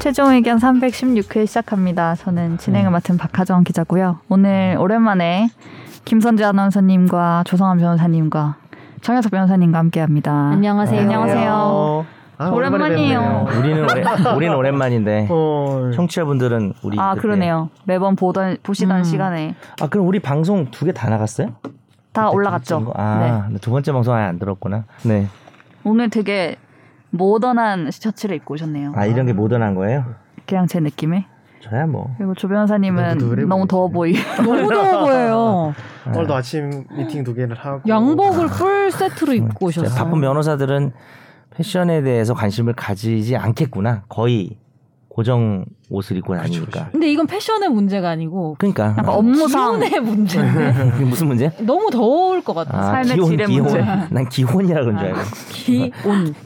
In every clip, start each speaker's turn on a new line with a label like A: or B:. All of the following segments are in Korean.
A: 최종 의견 316회 시작합니다. 저는 진행을 맡은 박하정 기자고요. 오늘 오랜만에 김선재 아나운서님과 조성한 변호사님과 정현석 변호사님과 함께합니다.
B: 안녕하세요.
C: 네,
A: 안녕하세요.
D: 아,
A: 오랜만이에요.
D: 오랜만에 뵙네요.
C: 우리는 오래, 우리는 오랜만인데
D: 헐.
C: 청취자분들은 우리
A: 어. 아
C: 그때-
A: 그러네요. 매번 보던 보시던
B: 음.
A: 시간에
C: 아 그럼 우리 방송 두 개 다 나갔어요?
A: 다
C: 그때
A: 올라갔죠.
C: 두 번째 거? 아, 두 번째 방송 아예 안 들었구나. 네.
A: 네. 오늘 되게 모던한 셔츠를 입고 오셨네요.
C: 아 이런 게 모던한 거예요?
A: 그냥 제 느낌에.
C: 저야 뭐.
A: 그리고 조 변호사님은
D: 너무 노래
A: 너무 더워 보이.
B: 너무 더워 보여요.
D: 오늘도 아침 미팅 두 개를 하고
B: 양복을 풀 세트로 입고
C: 진짜
B: 오셨어요.
C: 바쁜 변호사들은 패션에 대해서 관심을 가지지 않겠구나. 거의 고정 옷을 입고 다니니까.
B: 근데 이건 패션의 문제가 아니고
C: 그러니까
A: 약간
C: 어.
A: 업무상
B: 기운의 문제인데
C: 그게 무슨 문제?
B: 너무 더울 것 같아.
C: 아,
A: 삶의
C: 기혼,
A: 질의
C: 기혼.
A: 문제. 아.
C: 난 기혼이라 그런 줄 알고.
B: 기온,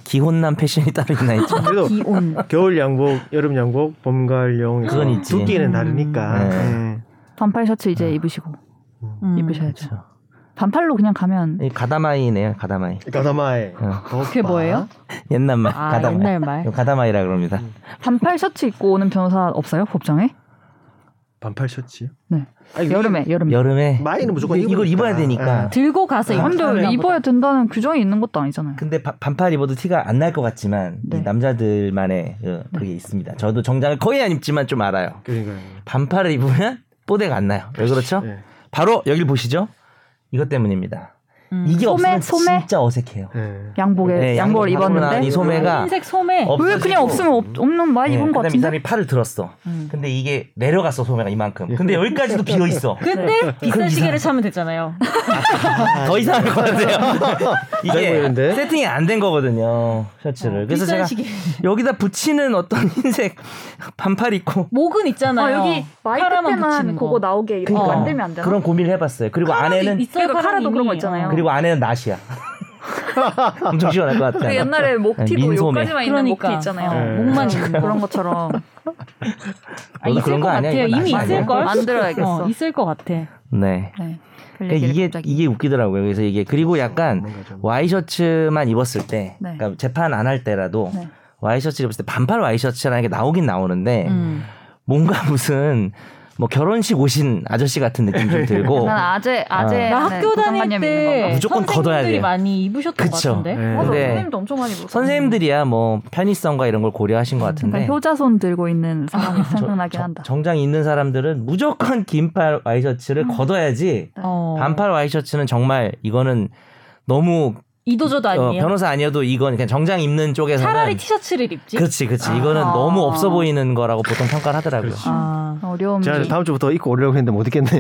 C: 기혼남 패션이 따로 있나 했지.
D: 그래도
B: 기온.
D: 겨울 양복, 여름 양복, 봄 가을 용
C: 그건 있지.
D: 두께는 다르니까.
C: 네.
D: 네.
A: 반팔 셔츠 이제 입으시고
B: 음.
A: 입으셔야죠. 반팔로 그냥 가면
C: 이 그렇죠. 가다마이네요. 가다마이.
D: 가다마에
C: 어.
B: 그게 뭐예요?
C: 옛날 말.
B: 아,
C: 가다마이.
B: 옛날 말.
C: 이거 가다마이라 그럽니다.
A: 음. 반팔 셔츠 입고 오는 변호사 없어요? 법정에?
D: 반팔 셔츠.
A: 네.
D: 아니,
A: 여름에 여름에.
C: 음. 여름에
D: 음. 마이는 무조건
C: 근데 이걸
D: 입으니까.
C: 입어야 되니까.
D: 예.
B: 들고 가서
A: 아,
B: 입는
A: 근데 입어야 된다는 규정이 있는 것도 아니잖아요.
C: 근데 바- 반팔 입어도 티가 안 날 것 같지만 이
A: 네.
C: 남자들만의 그, 그게 있습니다. 저도 정장을 거의 안 입지만 좀 알아요.
D: 그러니까요.
C: 반팔을 입으면 뽀대가 안 나요. 왜 그렇죠?
D: 예.
C: 바로 여길 보시죠. 이것 때문입니다. 이게
A: 음. 소매,
C: 없으면
A: 소매?
C: 진짜 어색해요.
D: 예.
A: 양복에
C: 네,
A: 양복을
C: 양복 하고 나니
A: 입었는데
C: 소매가
B: 흰색 소매.
C: 없어지고, 네,
A: 왜 그냥 없으면 없, 없는 말 입은 것
C: 그다음에 이
A: 같은데?
C: 사람이 팔을 들었어.
B: 음.
C: 근데 이게 내려갔어 소매가 이만큼. 근데 여기까지도 비어 있어. 네.
B: 근데 비싼 시계를 차면 됐잖아요.
C: 아, 더 이상할 것 같아요.
D: 잘
C: 이게
D: 보이는데?
C: 세팅이 안 된 거거든요 셔츠를. 그래서
B: 어, 비싼
C: 제가
B: 시계.
C: 여기다 붙이는 어떤 흰색 반팔 입고
B: 목은 있잖아요. 카라만 붙이는 거.
A: 나오게 이렇게
C: 그러니까
B: 만들면
C: 그런 고민을 해봤어요. 그리고 안에는
B: 있어요,
A: 그러니까 카라도
B: 카라님이.
A: 그런 거 있잖아요.
C: 그리고 안에는 낫이야. 엄청 시원할 것
A: 그
B: 그
C: 같아. 네, 민소매. 그러니까.
B: 그러니까 어,
D: 네.
B: 목만 있는 거.
A: 그런 것처럼
B: 아,
C: 너도
B: 있을
C: 그런
B: 것
C: 거 아니야?
B: 같아요.
C: 이거
B: 이미
C: 나
B: 있을 걸.
A: 만들어야겠어.
B: 어, 있을 것 같아.
C: 네.
A: 네. 그
C: 그러니까
A: 얘기를
C: 이게
A: 갑자기.
C: 이게 웃기더라고요. 그래서 이게 그리고 약간 와이셔츠만 입었을 때,
A: 네.
C: 그러니까 재판 안 할 때라도
A: 네.
C: 와이셔츠 입었을 때 반팔 와이셔츠라는 게 나오긴 나오는데
B: 음.
C: 뭔가 무슨 뭐 결혼식 오신 아저씨 같은 느낌 좀 들고.
A: 난 아재 아재 네,
B: 나 학교 다닐 때
C: 무조건 걷어야
B: 선생님들이
C: 돼요.
B: 많이 입으셨던 것
C: 그쵸.
B: 같은데.
A: 네. 어,
D: 예.
C: 맞아. 근데
A: 엄청 많이 보고
C: 네. 선생님들이야 뭐 편의성과 이런 걸 고려하신 것 같은데
A: 그러니까 효자손 들고 있는 사람이 생각나긴
C: 저-
A: 한다.
C: 정장 있는 사람들은 무조건 긴팔 와이셔츠를 걷어야지
B: 음. 어.
C: 반팔 와이셔츠는 정말 이거는 너무
B: 이도저도
C: 어,
B: 아니에요.
C: 변호사 아니어도 이건 그냥 정장 입는 쪽에서는
B: 차라리 티셔츠를 입지.
C: 그렇지 그렇지 이거는
A: 아.
C: 너무 없어 보이는 거라고 보통 평가를 하더라고요
D: 그렇지.
B: 아.
A: 어려움이
D: 제가 다음 주부터 입고 오려고 했는데 못 입겠네.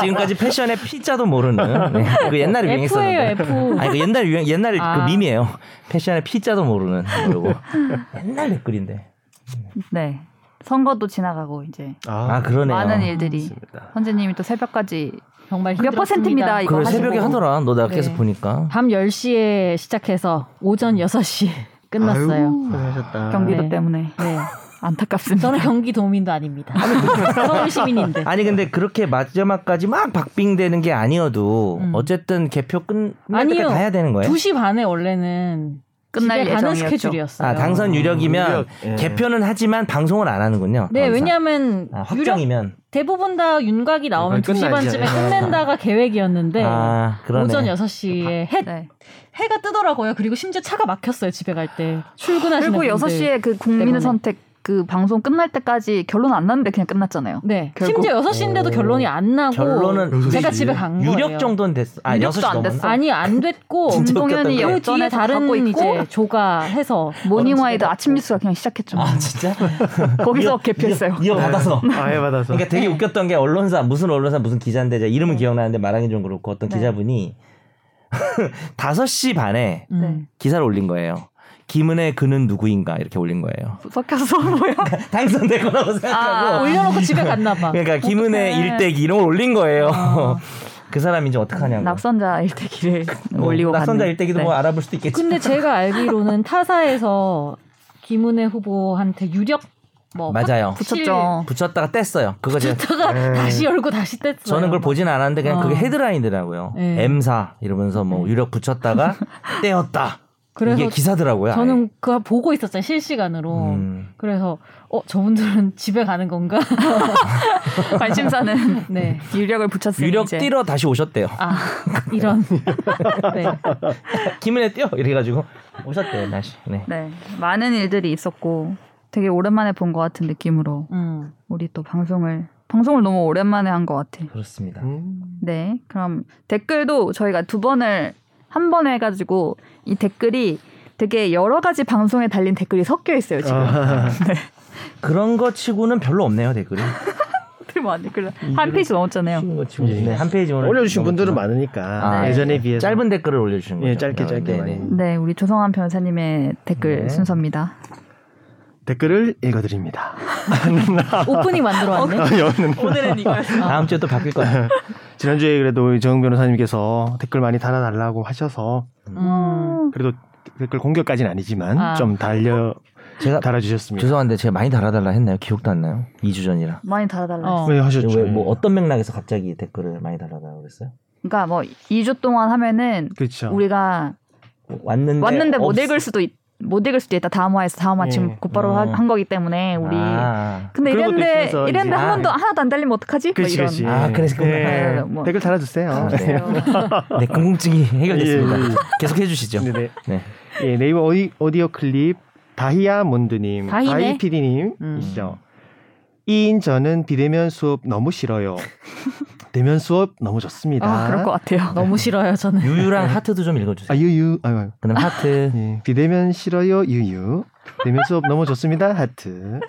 C: 지금까지 패션의 피자도 모르는 네. 그 옛날에
B: F예요,
C: 유행했었는데
B: F.
C: 아니 그 옛날 유행 옛날에
B: 아.
C: 그 밈이에요 패션의 피자도 모르는 그리고 옛날 댓글인데
A: 네 선거도 지나가고 이제
C: 아 그러네요
A: 많은 일들이
D: 맞습니다.
A: 선재님이 또 새벽까지
B: 정말
A: 몇 퍼센트입니다 이거
C: 그걸
A: 하시고.
C: 새벽에 하더라 너 나
B: 네.
C: 계속 보니까
B: 밤 10시에 시작해서 오전 6시에 끝났어요.
D: 아유, 고생하셨다.
A: 경기도
B: 네.
A: 때문에
B: 네.
A: 안타깝습니다.
B: 저는 경기도민도 아닙니다.
C: 그
B: 서울 시민인데.
C: 아니 근데 그렇게 마지막까지 막 박빙되는 게 아니어도
B: 음.
C: 어쨌든 개표 끝
B: 아니요.
C: 아니요 가야 되는 거예요.
B: 2시 반에 원래는
A: 끝날
B: 집에 가는
A: 예정이었죠.
B: 스케줄이었어요.
C: 아 당선 유력이면
D: 네. 유력, 예.
C: 개표는 하지만 방송을 안 하는군요.
B: 네,
C: 거기서.
B: 왜냐하면
C: 아,
B: 유력
C: 확정이면
B: 대부분 다 윤곽이 나오면
D: 아,
B: 2시
D: 끝나야지.
B: 반쯤에
D: 예.
B: 끝낸다가 계획이었는데
C: 아 그러네.
B: 오전 6시에 해,
A: 네.
B: 해가 뜨더라고요. 그리고 심지어 차가 막혔어요. 집에 갈 때. 출근하시는
A: 그리고
B: 분들.
A: 6시에 그 국민의
B: 때문에.
A: 선택 그 방송 끝날 때까지 결론 안 났는데 그냥 끝났잖아요.
B: 네.
A: 결국-
B: 심지어 6시인데도
C: 오.
B: 결론이 안 나고
C: 결론은
B: 제가
D: 유력-
B: 집에 간 거예요.
C: 유력 정도는 됐어. 아
A: 유력도
C: 6시
A: 안
C: 정도.
A: 됐어.
B: 아니 안 됐고
C: 진짜 웃겼던
A: 김동현이
C: 거예요.
B: 그 뒤에
A: 역전해서 갖고
B: 다른
A: 있고
B: 이제 조가 해서
A: 모닝와이드 아침 뉴스가 그냥 시작했죠.
C: 아 진짜?
A: 거기서 개표했어요.
C: 이어 받아서.
D: 아예 받아서.
C: 그러니까 되게 웃겼던 게 언론사 무슨 언론사 무슨 기자인데 제가 이름은 기억나는데 말하기 좀 그렇고 어떤
A: 네.
C: 기자분이 5시 반에
B: 음.
A: 네.
C: 기사를 올린 거예요. 김은혜 그는 누구인가 이렇게 올린 거예요.
A: 섞여서 뭐야?
C: 당선될 거라고 생각하고
A: 아,
B: 올려놓고 집에 갔나 봐.
C: 그러니까 김은혜
A: 어떡해.
C: 일대기 이런 걸 올린 거예요. 그 사람 이제 어떡하냐고.
A: 낙선자 일대기를
C: 어,
A: 올리고
C: 낙선자
A: 갔네.
C: 일대기도
A: 네.
C: 뭐 알아볼 수도 있겠지.
B: 근데 제가 알기로는 타사에서 김은혜 후보한테 유력 뭐
A: 어,
C: 맞아요.
A: 붙였죠.
C: 붙였다가 뗐어요. 그거 제가
B: 다가
D: 음.
B: 다시 열고 다시 뗐어요.
C: 저는 그걸 보진 않았는데 그냥
B: 어.
C: 그게 헤드라인이더라고요.
B: 네.
C: M사 이러면서 뭐 유력 붙였다가 떼었다.
B: 그래서
C: 이게 기사더라고요. 음. 아예.
B: 저는 뭐 그거 보고 있었잖아요 실시간으로.
C: 음.
B: 그래서 어 저분들은 집에 가는 건가?
A: 관심사는
B: 네.
A: 유력을 붙였으니
C: 유력
A: 이제.
C: 뛰러 다시 오셨대요.
B: 아 이런. 네.
C: 김은혜 뛰어 이래 가지고 오셨대요 다시. 네.
A: 네, 많은 일들이 있었고 되게 오랜만에 본 것 같은 느낌으로
B: 음.
A: 우리 또 방송을 방송을 너무 오랜만에 한 것 같아.
C: 그렇습니다.
D: 음.
A: 네, 그럼 댓글도 저희가 두 번을 한 번 해가지고 이 댓글이 되게 여러 가지 방송에 달린 댓글이 섞여 있어요 지금.
D: 아,
C: 그런 거 치고는 별로 없네요 댓글이.
A: 되게 많이 댓글 한 페이지 넘었잖아요.
C: 치는 거 치고.
D: 예.
C: 네, 한 페이지 오늘
D: 올려주신 분들은
C: 넘었지만.
D: 많으니까
A: 아,
D: 예전에 비해서
C: 네. 짧은 댓글을 올려주신 거죠. 아,
D: 예, 짧게 짧게
C: 네네.
D: 많이
A: 네, 우리 조성한 변사님의 댓글
C: 네.
A: 순서입니다.
D: 댓글을 읽어드립니다.
B: 오프닝 만들어 왔네.
A: 오늘은 이거요.
C: 아. 다음 주에 또 바뀔 거예요.
D: 지난주에 그래도 정은 변호사님께서 댓글 많이 달아달라고 하셔서
A: 그-
B: 음.
D: 그래도 댓글 공격까지는 아니지만
B: 아.
D: 좀 달려
C: 제가
D: 달아주셨습니다.
C: 죄송한데 제가 많이 달아달라 했나요? 기억도 안 나요. 2주 전이라.
A: 많이 달아달라.
B: 어.
A: 어.
D: 왜 하셨죠? 예.
C: 왜 뭐 어떤 맥락에서 갑자기 댓글을 많이 달아달라 그랬어요?
A: 그러니까 뭐 2주 동안 하면은
D: 그렇죠.
A: 우리가
C: 왔는데
A: 왔는데 못
C: 없-
A: 읽을 수도 있, 못 읽을 수도 있다. 다음 화에서 다음 화
D: 예.
A: 지금 곧바로 하-
C: 음.
A: 한 거기 때문에 우리.
C: 아,
A: 근데
D: 그런 것도
A: 이랬는데
D: 있으면서
A: 이랬는데
D: 이제-
A: 한 번도
C: 아.
A: 하나도 안 달리면 어떡하지? 뭐
D: 그렇지,
A: 이런.
D: 그렇지.
C: 아, 그래서
D: 예.
A: 아, 뭐.
D: 댓글 달아주세요.
C: 아, 네.
A: 그래요.
C: 네 궁금증이 해결됐습니다.
D: 예, 예.
C: 계속 해주시죠.
D: 네네.
C: 네.
D: 예, 네이버 오디, 오디오 클립 다이아몬드님,
B: 다이네.
D: 다이 PD님
B: 음.
D: 이시죠. 2인 저는 비대면 수업 너무 싫어요. 대면 수업 너무 좋습니다.
A: 아, 그럴 것 같아요.
B: 너무 싫어요 저는.
C: 유유랑 하트도 좀 읽어주세요.
D: 아, 유유. 아유, 아유.
C: 그다음 하트.
D: 예, 비대면 싫어요. 유유. 대면 수업 너무 좋습니다. 하트.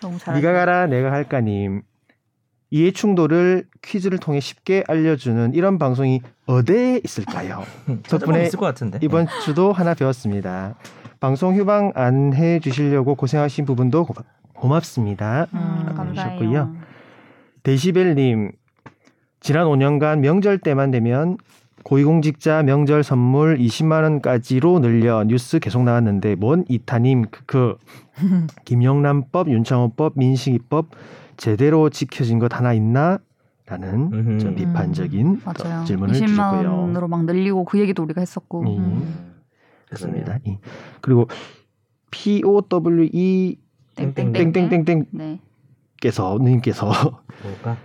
A: 너무 잘.
D: 네가 가라 내가 할까님. 이해 충돌을 퀴즈를 통해 쉽게 알려주는 이런 방송이 어디에 있을까요?
C: 덕분에
D: 덕분에
C: 있을 것 같은데.
D: 이번 주도 하나 배웠습니다. 방송 휴방 안 해 주시려고 고생하신 부분도 고마, 고맙습니다.
A: 음, 감사해요.
D: 해주셨고요. 데시벨님, 지난 5년간 명절 때만 되면 고위공직자 명절 선물 20만원까지로 늘려 뉴스 계속 나왔는데, 뭔 이타님, 크크. 김영란법, 윤창호법, 민식이법, 제대로 지켜진 것 하나 있나? 라는
C: 네. 음흠.
D: 좀 비판적인
A: 맞아요.
D: 질문을
A: 20만
D: 주셨고요.
A: 원으로 막 늘리고 그 얘기도 우리가 했었고.
D: 예.
B: 음.
D: 그렇습니다. 예. 그리고 POWE E 땡땡땡땡
A: 네.
D: 께서 님께서
C: 뭘까?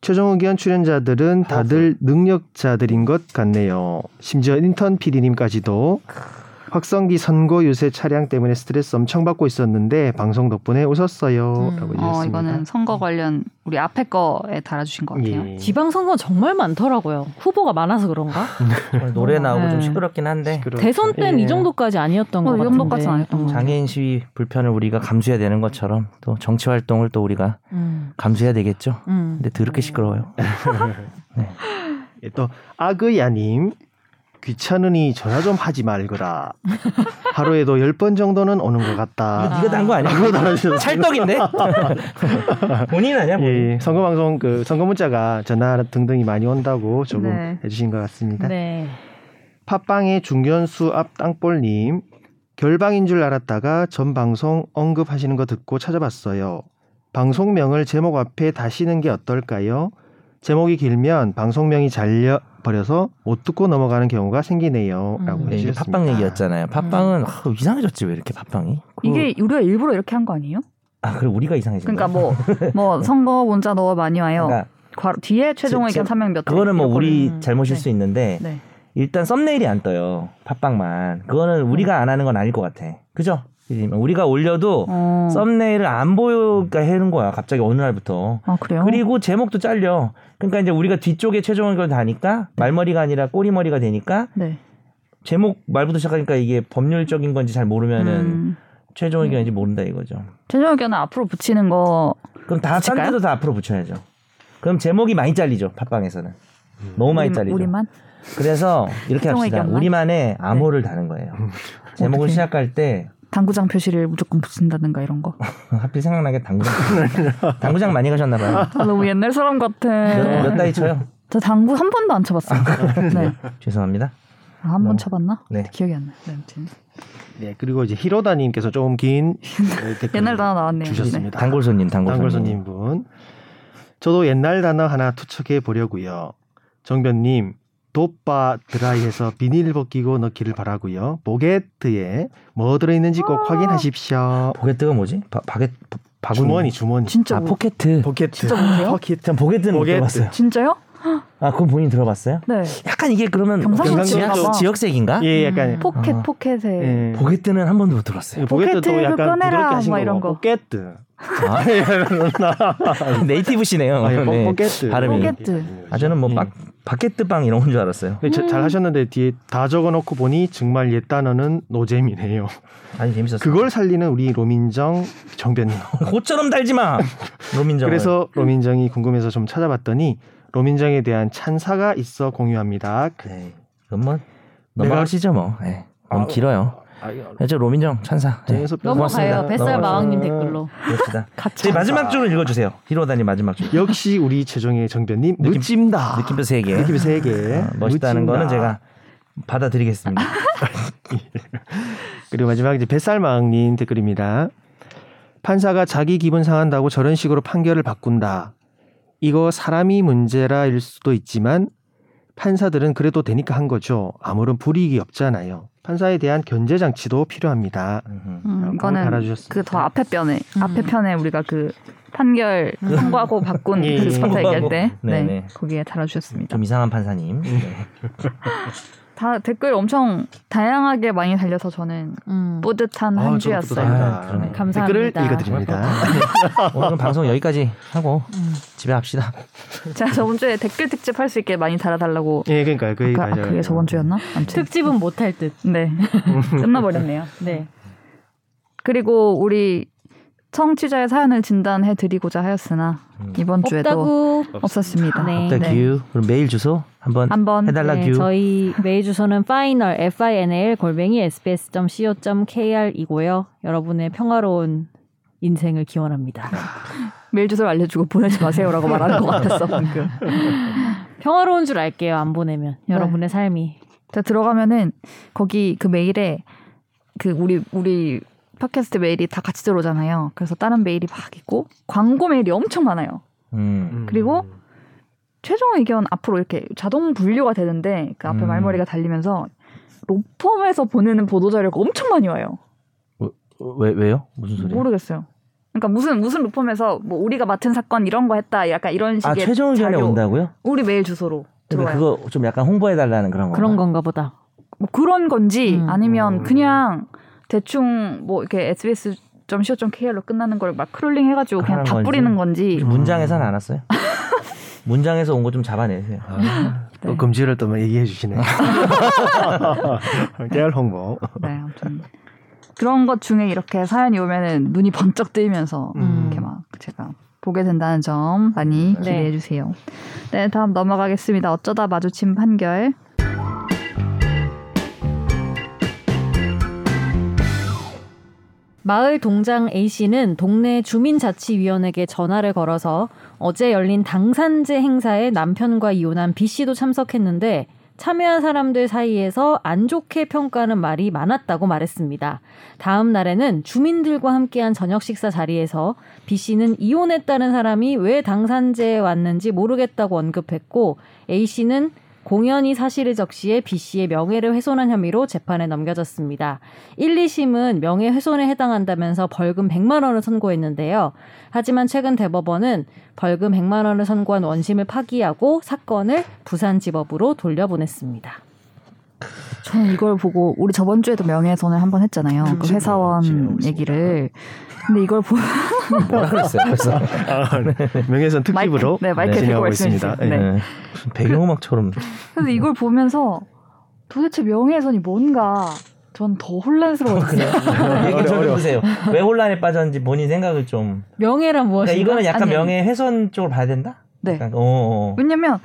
D: 최종 의견 출연자들은 다들 능력자들인 것 같네요. 심지어 인턴 PD님까지도 확성기 선거 유세 차량 때문에 스트레스 엄청 받고 있었는데 방송 덕분에
B: 음.
D: 웃었어요라고 해주셨습니다.
A: 어, 이거는 선거 관련 우리 앞에 거에 달아주신 것 같아요.
D: 예.
B: 음. 지방선거 정말 많더라고요. 후보가 많아서 그런가?
C: 노래
A: 음,
C: 나오고 좀
B: 네.
C: 시끄럽긴 한데
D: 시끄러워서.
B: 대선 때는
D: 예.
B: 이 정도까지 아니었던
A: 그렇죠. 어, 이
B: 것 같은데. 음.
A: 정도까지는 아니었던 것 같아요.
C: 장애인 시위 불편을 우리가 감수해야 되는 것처럼 또 정치 활동을 또 우리가
B: 음.
C: 감수해야 되겠죠.
B: 음.
C: 근데 더럽게 시끄러워요.
D: 예, 또 아그야님 귀찮으니 전화 좀 하지 말거라. 하루에도 10번 정도는 오는 것 같다.
B: 아.
C: 이거 난거 아니야?
D: 이거 달아주셨어요.
C: 찰떡인데? 본인 아니야? 본인?
D: 예, 선거 방송 그 선거 문자가 전화 등등이 많이 온다고 조금
A: 네.
D: 해주신 것 같습니다.
B: 네.
D: 팟빵의 중견수 앞 땅볼님 결방인 줄 알았다가 전 방송 언급하시는 거 듣고 찾아봤어요. 방송명을 제목 앞에 다시는 게 어떨까요? 제목이 길면 방송명이 잘려 버려서 못 듣고 넘어가는 경우가
B: 음.
D: 생기네요.라고
C: 네, 이게
D: 해주셨습니다.
C: 팟빵 얘기였잖아요. 팟빵은 아, 이상해졌지 왜 이렇게 팟빵이? 그-
A: 음. 이게 우리가 일부러 이렇게 한 거 아니에요?
C: 아 그래 우리가 이상해진
A: 그러니까
C: 거야?
A: 뭐 뭐 선거 문자 너무 많이 와요.
C: 그러니까
A: 괄호 뒤에 최종
C: 제- 제-
A: 의견 3명 몇. 개
C: 그거는 뭐
A: 이런
C: 우리
B: 음,
C: 잘못일
A: 네.
C: 수 있는데
A: 거를- 네.
C: 일단 썸네일이 안 떠요 팟빵만 그거는 우리가 안 하는 건 아닐 것 같아 그죠? 뭐 우리가 올려도
A: 음. 어.
C: 썸네일을 안 보여가 해는 거야 갑자기 어느 날부터
A: 아 그래요?
C: 그리고 제목도 잘려 그러니까 이제 우리가 뒤쪽에 최종 의견 다니까 말머리가 아니라 꼬리머리가 되니까
A: 네.
C: 제목 말부터 시작하니까 이게 법률적인 건지 잘 모르면은
A: 음,
C: 최종 의견인지 모른다 이거죠
A: 최종 의견은 앞으로 붙이는 거.
C: 그럼 다딴
A: 붙일까요?
C: 데도 다 앞으로 붙여야죠. 그럼 제목이 많이 잘리죠. 팟빵에서는. 너무 많이
A: 우리-
C: 잘리죠.
A: 우리만.
C: 그래서 이렇게
A: 최종
C: 합시다.
A: 의견만? 네. 음.
C: 우리만의 암호를 다는 거예요. 제목을
A: 어떡해.
C: 시작할 때
A: 당구장 표시를 무조건 붙인다든가 이런 거.
C: 하필 생각나게 당구장 당구장 많이 가셨나 봐요.
A: 아, 너무 옛날 사람 같아.
D: 네.
A: 네.
C: 몇, 몇 다이 쳐요?
A: 저 당구 한 번도 안
D: 아,
A: 쳐봤어요. 네.
C: 죄송합니다.
A: 아, 한 번
C: 너무-
A: 쳐봤나?
C: 네.
A: 기억이 안 나. 네, 아무튼.
D: 네, 그리고 이제 히로다님께서 조금 긴 댓글
A: 옛날 단어 나왔네요.
D: 그 주셨습니다.
C: 단골 손님, 단골,
D: 단골
C: 손님.
D: 손님 분. 저도 옛날 단어 하나 투척해 보려고요. 정변님 돗바 드라이해서 비닐 벗기고 넣기를 바라고요. 보게트에 뭐 들어있는지
A: 아.
D: 꼭 확인하십시오. 아,
C: 보게트가 뭐지? 바, 바게 바- 바구니.
D: 주머니 주머니.
A: 진짜
C: 아
A: 뭐-
C: 포켓트.
D: 보게트.
A: 진짜 보세요?
D: 포켓.
C: 전 보게트는 못
D: 보게트.
C: 들어봤어요.
A: 진짜요?
C: 아 그건 본인 들어봤어요?
A: 네.
C: 약간 이게 그러면
A: 경상도
C: 경상도
D: 지역인가
A: 봐.
C: 지역, 지역색인가?
D: 예, 약간
B: 음.
A: 포켓
C: 아.
A: 포켓에
D: 예.
C: 보게트는 한 번도 못 들었어요.
D: 보게트도
A: 보게트를
D: 약간
A: 꺼내라,
D: 부드럽게 하신
A: 뭐
D: 거
A: 이런 거.
D: 보게트.
C: 아, 네이티브시네요.
D: 예, 아, 예,
C: 네.
D: 보게트.
C: 발음이.
A: 보게트. 음.
C: 아 저는 뭐
D: 예.
C: 바, 바게트 빵 이런 건 줄 알았어요.
D: 근데 자- 잘 하셨는데 뒤에 다 적어놓고 보니 정말 옛 단어는 노잼이네요.
C: 아니 재밌었어요.
D: 그걸 살리는 우리 로민정 정변님.
C: 고처럼 달지 마. 로민정.
D: 그래서 로민정이 궁금해서 좀 찾아봤더니 로민정에 대한 찬사가 있어 공유합니다. 그-
C: 네. 그럼 뭐 넘어가시죠 뭐. 예. 너무
D: 아,
C: 길어요. 네, 저 로민정 찬사. 예.
D: 정혜섭 변호사.
B: 넘어가요.
C: 고맙습니다.
B: 뱃살
C: 넘어가요.
B: 마왕님 댓글로.
C: 봅시다.
A: 같이
C: 제 마지막 줄을 읽어주세요. 히로다님 마지막 줄.
D: 역시 우리 최종의 정변님
C: 느낌-
D: 느낌다. 네,
C: 느낌표 세 개.
D: 느낌이 세 개.
C: 아, 멋있다는
D: 느낌다.
C: 거는 제가 받아들이겠습니다.
D: 그리고 마지막 이제 뱃살마왕님 댓글입니다. 판사가 자기 기분 상한다고 저런 식으로 판결을 바꾼다. 이거 사람이 문제라일 수도 있지만 판사들은 그래도 되니까 한 거죠. 아무런 불이익이 없잖아요. 판사에 대한 견제 장치도 필요합니다.
C: 음.
A: 음, 이거는
D: 어, 달아주셨습니다.
A: 그 더 앞에 편에
B: 음.
A: 앞에 편에 우리가 그 판결 선고하고 바꾼
D: 음. 예, 예.
A: 그 스포트 얘기할 때
C: 네,
A: 네,
C: 네.
A: 거기에 달아주셨습니다.
C: 좀 이상한 판사님. 네.
A: 다 댓글 엄청 다양하게 많이 달려서 저는
B: 음.
A: 뿌듯한
D: 아,
A: 한
D: 저도
A: 주였어요.
D: 뿌듯합니다.
C: 아, 그러네.
B: 감사합니다.
D: 댓글을 읽어드립니다.
C: 오늘 방송 여기까지 하고
B: 음.
C: 집에 합시다.
A: 제가 저번 주에 댓글 특집 할 수 있게 많이 달아달라고
D: 예, 그러니까요. 그
A: 아까 아, 그게 저번 주였나? 아무튼
B: 특집은 못할 듯.
A: 네 끝나버렸네요.
B: 네.
A: 그리고 우리 청취자의 사연을 진단해 드리고자 하였으나
C: 음.
A: 이번 주에도
B: 없다고.
A: 없었습니다.
B: 네.
C: 일단
A: 네.
C: 규 그럼 메일 주소 한번
A: 한번
C: 해달라
B: 네,
C: 규.
B: 저희 메일 주소는 final f i n l 골뱅이 s b s c o k r 이고요. 여러분의 평화로운 인생을 기원합니다.
A: 메일 주소를 알려주고 보내지 마세요라고 말하는 것 같았어
C: 그
A: 방금.
B: 평화로운 줄 알게요. 안 보내면
A: 네.
B: 여러분의 삶이
A: 제가 들어가면은 거기 그 메일에 그 우리 우리 팟캐스트 메일이 다 같이 들어오잖아요. 그래서 다른 메일이 막 있고 광고 메일이 엄청 많아요.
C: 음.
A: 그리고 최종 의견 앞으로 이렇게 자동 분류가 되는데 그 앞에
C: 음.
A: 말머리가 달리면서 로펌에서 보내는 보도 자료가 엄청 많이 와요.
C: 왜 왜요? 무슨 소리?
A: 모르겠어요. 그러니까 무슨 무슨 로펌에서 뭐 우리가 맡은 사건 이런 거 했다 약간 이런
C: 아
A: 식의
C: 최종 의견에
A: 자료.
C: 온다고요?
A: 우리 메일 주소로
C: 근데
A: 들어와요.
C: 그거 좀 약간 홍보해 달라는 그런 거.
B: 그런 건가 보다.
A: 뭐 그런 건지
B: 음.
A: 아니면
C: 어.
D: 음.
A: 그냥 대충 뭐 이렇게 SBS .co.kr로 끝나는 걸 막 크롤링 해가지고 그냥
C: 그러는
A: 다
C: 건지.
A: 뿌리는 건지
C: 문장에서는 안 왔어요. 문장에서 온 거 좀 잡아내세요.
D: 아, 또
A: 네.
D: 금지를 또 얘기해 주시네. 깨알 홍보.
A: 네 아무튼 그런 것 중에 이렇게 사연이 오면은 눈이 번쩍 뜨이면서
B: 음.
A: 이렇게 막 제가 보게 된다는 점 많이
B: 네.
A: 기대해 주세요. 네 다음 넘어가겠습니다. 어쩌다 마주친 판결
B: 마을 동장 A 씨는 동네 주민자치위원회에 전화를 걸어서 어제 열린 당산제 행사에 남편과 이혼한 B 씨도 참석했는데 참여한 사람들 사이에서 안 좋게 평가하는 말이 많았다고 말했습니다. 다음 날에는 주민들과 함께한 저녁 식사 자리에서 B 씨는 이혼했다는 사람이 왜 당산제에 왔는지 모르겠다고 언급했고 A 씨는 공연이 사실을 적시해 B 씨의 명예를 훼손한 혐의로 재판에 넘겨졌습니다. 1, 2심은 명예훼손에 해당한다면서 벌금 100만 원을 선고했는데요. 하지만 최근 대법원은 벌금 100만 원을 선고한 원심을 파기하고 사건을 부산지법으로 돌려보냈습니다.
A: 저는 이걸 보고 우리 저번 주에도 명예훼손을 한번 했잖아요. 그
D: 지금 지금
A: 회사원
D: 하고
A: 얘기를 근데 이걸 보
C: 뭐라 그랬어요? 벌써.
D: 아, 네. 명예선 특집으로
A: 마이크, 네, 마이크 들고
D: 진행하고
A: 말씀해
D: 있습니다.
A: 주세요.
D: 예.
A: 네.
C: 네. 배경음악처럼
A: 근데 이걸 보면서 도대체 명예훼손이 뭔가 전 더 혼란스러워졌어요.
D: 네,
C: 얘기 좀 해보세요. 왜 혼란에 빠졌는지 본인 생각을 좀.
B: 명예란
C: 그러니까
B: 무엇인가?
C: 이거는 약간
A: 아니, 아니.
C: 명예훼손 쪽으로 봐야 된다.
A: 네.
C: 약간, 어, 어.
A: 왜냐면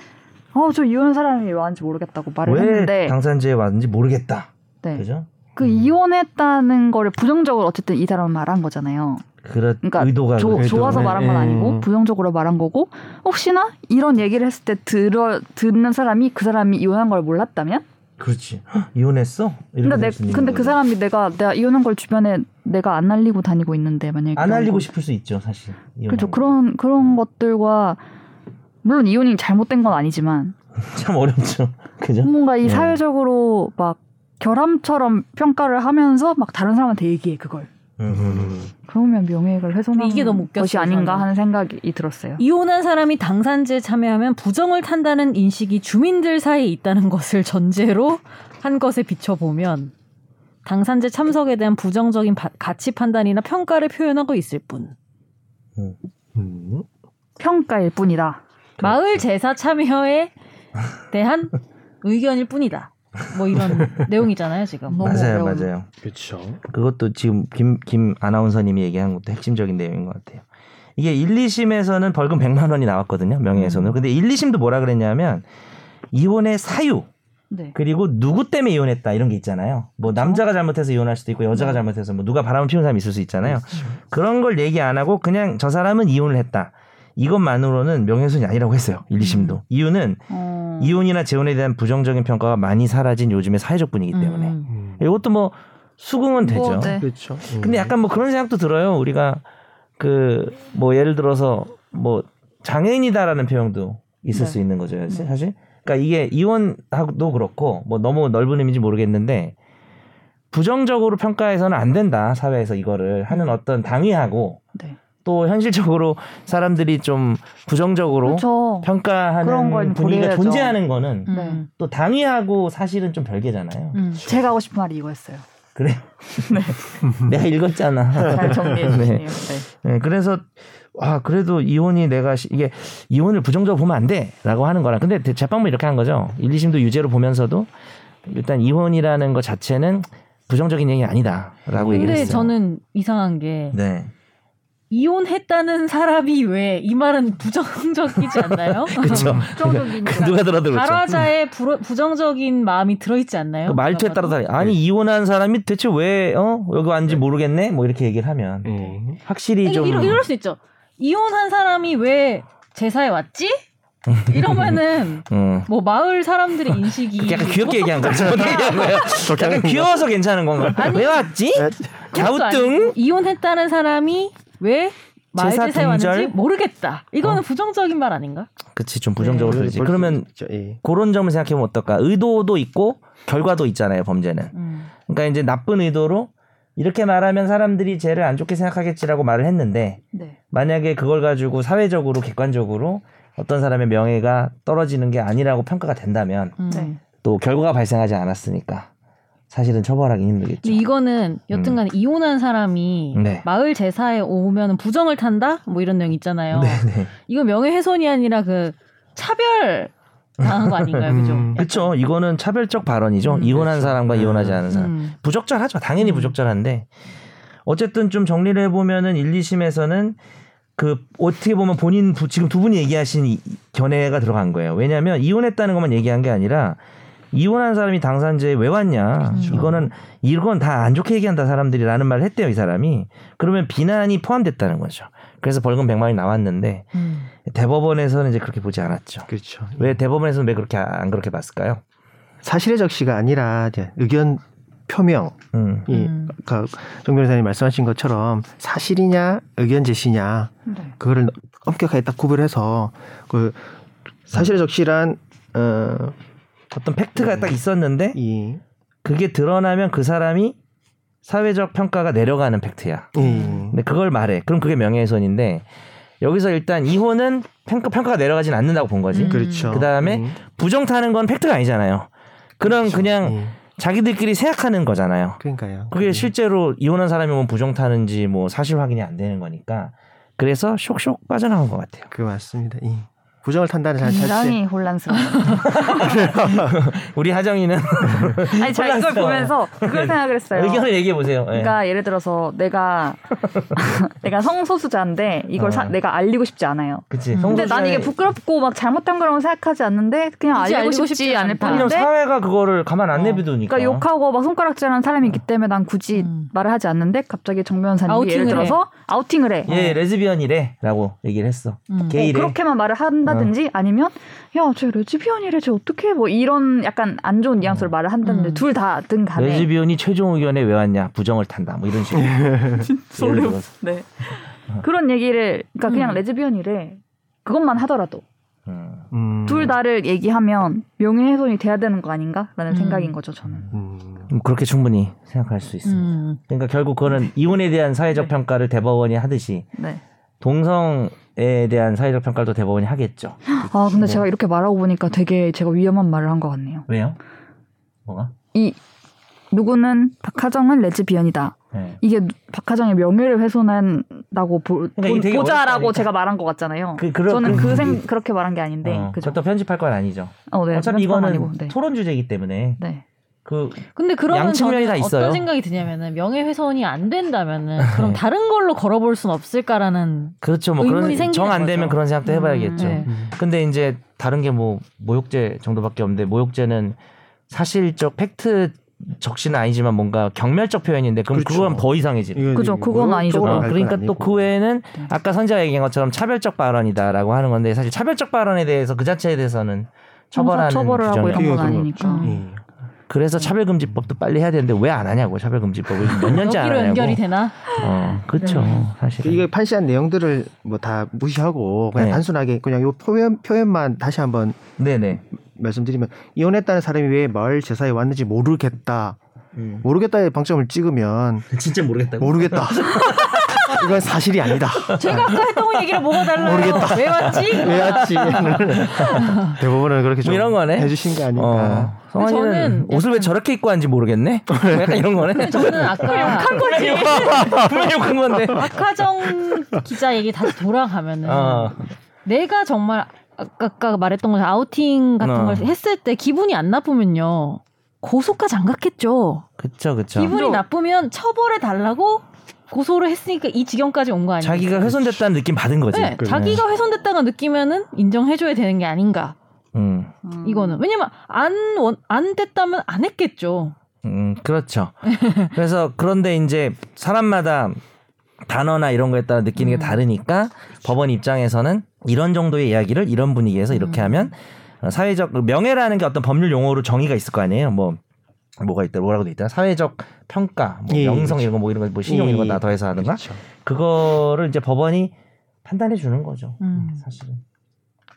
A: 어 저 이혼 사람이 왔는지 모르겠다고 말을
C: 왜
A: 했는데
C: 당산지에 왔는지 모르겠다.
A: 네.
C: 그죠?
A: 그 이혼했다는 거를 부정적으로 어쨌든 이 사람은 말한 거잖아요.
C: 그렇
A: 그러니까
C: 의도가
A: 조-
C: 그렇죠.
A: 좋아서
D: 네,
A: 말한 건
D: 네.
A: 아니고 부정적으로 말한 거고 혹시나 이런 얘기를 했을 때 들어 듣는 사람이 그 사람이 이혼한 걸 몰랐다면
C: 그렇지. 헉, 이혼했어?
A: 근데
C: 이렇게
A: 내
C: 될수 있는
A: 근데 그
C: 거죠.
A: 사람이 내가 내가 이혼한 걸 주변에 내가 안 알리고 다니고 있는데 만약에
C: 안
A: 그런
C: 알리고 음.
A: 거-
C: 싶을 수 있죠, 사실. 이혼한
A: 그렇죠
C: 거.
A: 그런 그런 것들과 물론 이혼이 잘못된 건 아니지만
C: 참 어렵죠. 그죠?
A: 뭔가 이
C: 네.
A: 사회적으로 막 결함처럼 평가를 하면서 막 다른 사람한테 얘기해 그걸.
C: 음.
D: 음,
A: 그러면 명예를 훼손하는
B: 이게 너무
A: 것이
B: 웃겼어요,
A: 아닌가
B: 저는.
A: 하는 생각이 들었어요.
B: 이혼한 사람이 당산지에 참여하면 부정을 탄다는 인식이 주민들 사이에 있다는 것을 전제로 한 것에 비춰보면 당산제 참석에 대한 부정적인 바- 가치 판단이나 평가를 표현하고 있을 뿐
D: 음.
A: 평가일 뿐이다.
B: 마을
C: 그렇죠.
B: 제사 참여에 대한 의견일 뿐이다. 뭐 이런 내용이잖아요 지금.
A: 너무
C: 맞아요,
A: 어려운.
C: 맞아요.
D: 그렇죠.
C: 그것도 지금 김, 김 아나운서님이 얘기한 것도 핵심적인 내용인 것 같아요. 이게 1, 2심에서는 벌금 100만 원이 나왔거든요.
A: 음.
C: 명예훼손으로. 근데 1, 2심도 뭐라 그랬냐면 이혼의 사유
B: 네.
C: 그리고 누구 때문에 이혼했다 이런 게 있잖아요. 뭐 남자가 잘못해서 이혼할 수도 있고
A: 네.
C: 여자가 잘못해서 뭐 누가 바람을 피우는 사람이 있을 수 있잖아요.
A: 그렇죠.
C: 그런 걸 얘기 안 하고 그냥 저 사람은 이혼을 했다. 이것만으로는 명예훼손이 아니라고 했어요. 1, 2심도.
A: 음.
C: 이유는
A: 어...
C: 이혼이나 재혼에 대한 부정적인 평가가 많이 사라진 요즘의 사회적 분위기 때문에.
B: 음.
C: 이것도 뭐 수긍은 되죠.
A: 뭐, 네.
D: 그렇죠. 음.
C: 근데 약간 뭐 그런 생각도 들어요. 우리가 그 뭐 예를 들어서 뭐 장애인이다라는 표현도 있을
B: 네.
C: 수 있는 거죠, 사실. 사실. 그러니까 이게 이혼하고도 그렇고 뭐 너무 넓은 의미인지 모르겠는데 부정적으로 평가해서는 안 된다 사회에서 이거를 하는
A: 음.
C: 어떤 당위하고
A: 네.
C: 또 현실적으로 사람들이 좀 부정적으로
A: 그렇죠. 그런 건
C: 평가하는 분위기가
A: 고려해야죠.
C: 존재하는 거는
A: 음.
C: 또 당위하고 사실은 좀 별개잖아요.
B: 음.
A: 제가 하고 싶은 말이 이거였어요.
C: 그래. 내가 읽었잖아.
A: 잘 정리해
C: 네.
A: 주시네요.
C: 네, 그래서 아 그래도 이혼이 내가 시- 이게 이혼을 부정적으로 보면 안 돼라고 하는 거랑 근데 대- 재판부 이렇게 한 거죠. 1, 2심도 유죄로 보면서도 일단 이혼이라는 것 자체는 부정적인 얘기 아니다라고 뭐 얘기를
B: 근데
C: 했어요.
B: 저는 이상한 게
C: 네.
B: 이혼했다는 사람이 왜 이 말은 부정적이지 않나요?
C: 그렇죠.
A: 부정적이니까.
C: 누가 들어도 그렇죠.
B: 발화자의 불어- 부정적인 마음이 들어있지 않나요? 그러니까
C: 그 말투에 따라 달라. 아니 이혼한 사람이 대체 왜어 여기 왔는지 모르겠네. 뭐 이렇게 얘기를 하면
D: 음.
C: 확실히
B: 이러,
C: 좀
B: 이럴 수 있죠. 이혼한 사람이 왜 제사에 왔지? 이러면은
C: 음.
B: 뭐 마을 사람들의 인식이
C: 그렇게 약간 귀엽게 얘기한 거죠. 어떻게 얘기한 거예요? 약간 귀여워서 괜찮은 건가? 왜 왔지?
B: 네. 그것도
C: 갸우뚱.
B: 아니고 이혼했다는 사람이 왜 마을
C: 제사
B: 제사에 왔는지
C: 동절? 어.
B: 모르겠다. 이거는 부정적인 말 아닌가?
C: 그치 좀 부정적으로
B: 네,
C: 들리지. 그러면
D: 진짜, 예.
C: 그런 점을 생각해보면 어떨까? 의도도 있고 결과도 있잖아요 범죄는.
B: 음.
C: 그러니까 이제 나쁜 의도로 이렇게 말하면 사람들이 쟤를 안 좋게 생각하겠지라고 말을 했는데
A: 네.
C: 만약에 그걸 가지고 사회적으로 객관적으로 어떤 사람의 명예가 떨어지는 게 아니라고 평가가 된다면
B: 음.
A: 네.
C: 또 결과가 발생하지 않았으니까 사실은 처벌하기 힘들겠죠.
B: 근데 이거는 여튼간 에 이혼한 사람이
C: 음. 네.
B: 마을 제사에 오면 부정을 탄다? 뭐 이런 내용 있잖아요.
C: 네네.
B: 이거 명예훼손이 아니라 그 차별 당한 거 아닌가요, 그죠?
D: 음.
C: 그렇죠. 이거는 차별적 발언이죠.
B: 음,
C: 이혼한 사람과 이혼하지 않은 사람.
B: 음.
C: 부적절하죠. 당연히
B: 음.
C: 부적절한데 어쨌든 좀 정리를 해보면은 1, 2심에서는 그 어떻게 보면 본인 부- 지금 두 분이 얘기하신 이- 견해가 들어간 거예요. 왜냐하면 이혼했다는 것만 얘기한 게 아니라 이혼한 사람이 당사자에 왜 왔냐
B: 그렇죠.
C: 이거는 이건 다 안 좋게 얘기한다 사람들이라는 말을 했대요 이 사람이 그러면 비난이 포함됐다는 거죠. 그래서 벌금 100만 원이 나왔는데
B: 음.
C: 대법원에서는 이제 그렇게 보지 않았죠.
D: 그렇죠.
C: 왜 대법원에서는 왜 그렇게 아- 안 그렇게 봤을까요?
D: 사실의 적시가 아니라 이제 의견 표명.
C: 음.
D: 이
B: 음.
D: 아까 정 변호사님 말씀하신 것처럼 사실이냐 의견 제시냐
A: 네.
D: 그거를 엄격하게 딱 구별해서 그 사실의 적시란 어이
C: 어떤 팩트가
B: 네.
C: 딱 있었는데 그게 드러나면 그 사람이 사회적 평가가 내려가는 팩트야.
D: 네,
C: 근데 그걸 말해. 그럼 그게 명예훼손인데 여기서 일단 이혼은 평가, 평가가 내려가진 않는다고 본 거지.
B: 음.
D: 그렇죠.
C: 그다음에 부정 타는 건 팩트가 아니잖아요. 그런 그냥
D: 예.
C: 자기들끼리 생각하는 거잖아요.
D: 그러니까요.
C: 그게
D: 음.
C: 실제로 이혼한 사람이 뭐 부정 타는지 뭐 사실 확인이 안 되는 거니까 그래서 쇽쇽 빠져나온 것 같아요.
D: 그 맞습니다. 예. 부정을
C: 아,
D: 탄다는 사실
A: 굉장히 혼란스러워.
C: 우리 하정이는
A: 아니 제가 이걸
C: 혼란스러워.
A: 보면서 그걸 생각을 했어요.
C: 네. 의견을 얘기해 보세요. 예.
A: 그러니까 예를 들어서 내가 내가 성소수자인데 이걸 사-
C: 어.
A: 내가 알리고 싶지 않아요.
C: 그치.
B: 음.
A: 근데 난 이게
C: 성소수자의-
A: 부끄럽고 막 잘못한 거라고 생각하지 않는데 그냥
B: 굳이
A: 알리고,
B: 알리고
A: 싶지,
B: 싶지
A: 않을
B: 않다.
C: 왜냐면
A: 뿐인데
C: 사회가 그거를 가만 안
B: 어.
C: 내비두니까.
A: 그러니까 욕하고 막 손가락질하는 사람이 있기 때문에 난 굳이
B: 음.
A: 말을 하지 않는데 갑자기 정 변호사님이
B: 아우팅을
A: 예를
B: 해.
A: 들어서 아우팅을 해.
C: 얘 예, 레즈비언이래라고 얘기를 했어.
B: 음.
A: 뭐 어.
C: 게이래. 어.
A: 그렇게만 말을 한다든지 아니면 야쟤 레즈비언이래 쟤 어떻게 뭐 이런 약간 안 좋은 뉘앙스로 말을 한다든지
B: 음.
A: 둘 다든 간에
C: 어. 레즈비언이 최종 의견에 왜 왔냐? 부정을 탄다. 뭐 이런 식으로. 예를
A: 소름.
C: 들어서.
A: 네. 그런 얘기를 그러니까 그냥
B: 음.
A: 레즈비언이래. 그것만 하더라도
C: 음.
D: 음.
A: 둘 다를 얘기하면 명예훼손이 돼야 되는 거 아닌가라는
B: 음.
A: 생각인 거죠 저는.
D: 음.
C: 음, 그렇게 충분히 생각할 수 있습니다.
B: 음.
C: 그러니까 결국 그거는 이혼에 대한 사회적
A: 네.
C: 평가를 대법원이 하듯이
A: 네.
C: 동성에 대한 사회적 평가도 대법원이 하겠죠.
A: 아 근데
C: 네.
A: 제가 이렇게 말하고 보니까 되게 제가 위험한 말을 한 것 같네요.
C: 왜요? 뭐가?
A: 이 누구는 박하정은 레즈비언이다.
C: 네.
A: 이게 누- 박하정의 명예를 훼손한다고 보,
C: 그러니까 이게 되게
A: 자라고
C: 어렵다니까.
A: 제가 말한 것 같잖아요.
C: 그- 그러-
A: 저는
C: 그-
A: 그 생, 그렇게 말한 게 아닌데
C: 어,
A: 그죠?
C: 그것도 편집할 건 아니죠.
A: 어, 네. 그건
C: 어차피 이거는
A: 아니고, 네.
C: 토론 주제이기 때문에
A: 네.
C: 그
B: 근데 그러면
C: 양측면이
B: 저는
C: 다 있어요.
B: 어떤 생각이 드냐면은 명예훼손이 안 된다면은 그럼
C: 네.
B: 다른 걸로 걸어볼 순 없을까라는
C: 그렇죠. 뭐
B: 의문이
C: 그런
B: 생기는
C: 정 안 되면
B: 거죠.
C: 그런 생각도 해봐야겠죠.
B: 네.
D: 음.
C: 근데 이제 다른 게 뭐 모욕죄 정도밖에 없는데 모욕죄는 사실적 팩트 적시는 아니지만 뭔가 경멸적 표현인데 그럼
D: 그렇죠.
C: 그건더 이상해지.
D: 이거
A: 그죠,
D: 이거
A: 그건
D: 뭐
A: 아니죠.
D: 쪽으로
C: 어,
D: 갈건
C: 그러니까
D: 아니고.
C: 또 그 외에는
A: 네.
C: 아까 선재가 얘기한 것처럼 차별적 발언이다라고 하는 건데 사실 차별적 발언에 대해서 그 자체에 대해서는 처벌하는
A: 형사 처벌을 하고
C: 규정이
A: 이런 건
D: 없죠.
A: 아니니까.
C: 예.
D: 그러니까
C: 그래서 차별금지법도 빨리 해야 되는데 왜 안 하냐고 차별금지법을 몇 년째 안
B: 여기로
C: 하냐고.
B: 연결이 되나?
C: 어, 그렇죠. 사실.
D: 이게 판시한 내용들을 뭐 다 무시하고 그냥
C: 네.
D: 단순하게 그냥 요 표현 표현만 다시 한번
C: 네네.
D: 말씀드리면 이혼했다는 사람이 왜 마을 제사에 왔는지 모르겠다.
C: 예.
D: 모르겠다의 방점을 찍으면
C: 진짜 모르겠다고.
D: 모르겠다. 이건 사실이 아니다.
B: 제가 아까 했던 거 얘기를 뭐가 달라요?
D: 모르겠다.
B: 왜 왔지?
D: 왜 왔지? 대부분은 그렇게 좀
C: 뭐 이런 거네.
D: 해주신 게 아닐까.
C: 어. 성환이는
B: 저는
C: 옷을 왜 저렇게 입고 왔는지 모르겠네. 약간 이런 거네.
B: 저는 아까
C: 거지. 분명히 욕한 건데.
B: 박하정 기자 얘기 다시 돌아가면은
C: 어.
B: 내가 정말 아까, 아까 말했던 것처럼 아우팅 같은
C: 어.
B: 걸 했을 때 기분이 안 나쁘면요 고소가 장각했죠.
C: 그쵸 그쵸.
B: 기분이 나쁘면 처벌해 달라고 고소를 했으니까 이 지경까지 온 거 아니에요?
C: 자기가 훼손됐다는 느낌 받은 거지.
B: 네,
C: 그래.
B: 자기가 훼손됐다가 느끼면은 인정해줘야 되는 게 아닌가
C: 음,
B: 이거는 왜냐면 안안 안 됐다면 안 했겠죠.
C: 음, 그렇죠. 그래서 그런데 이제 사람마다 단어나 이런 거에 따라 느끼는
B: 음.
C: 게 다르니까 법원 입장에서는 이런 정도의 이야기를 이런 분위기에서 이렇게
B: 음.
C: 하면 어, 사회적 명예라는 게 어떤 법률 용어로 정의가 있을 거 아니에요. 뭐 뭐가 있다 뭐라고 돼 있다. 사회적 평가, 뭐
D: 예,
C: 명성
D: 그렇죠.
C: 이런 거 뭐 이런 거뭐 신용
D: 예,
C: 이런 거
D: 예.
C: 다 더해서 하든가
D: 그렇죠.
C: 그거를 이제 법원이 판단해 주는 거죠.
B: 음.
C: 사실은.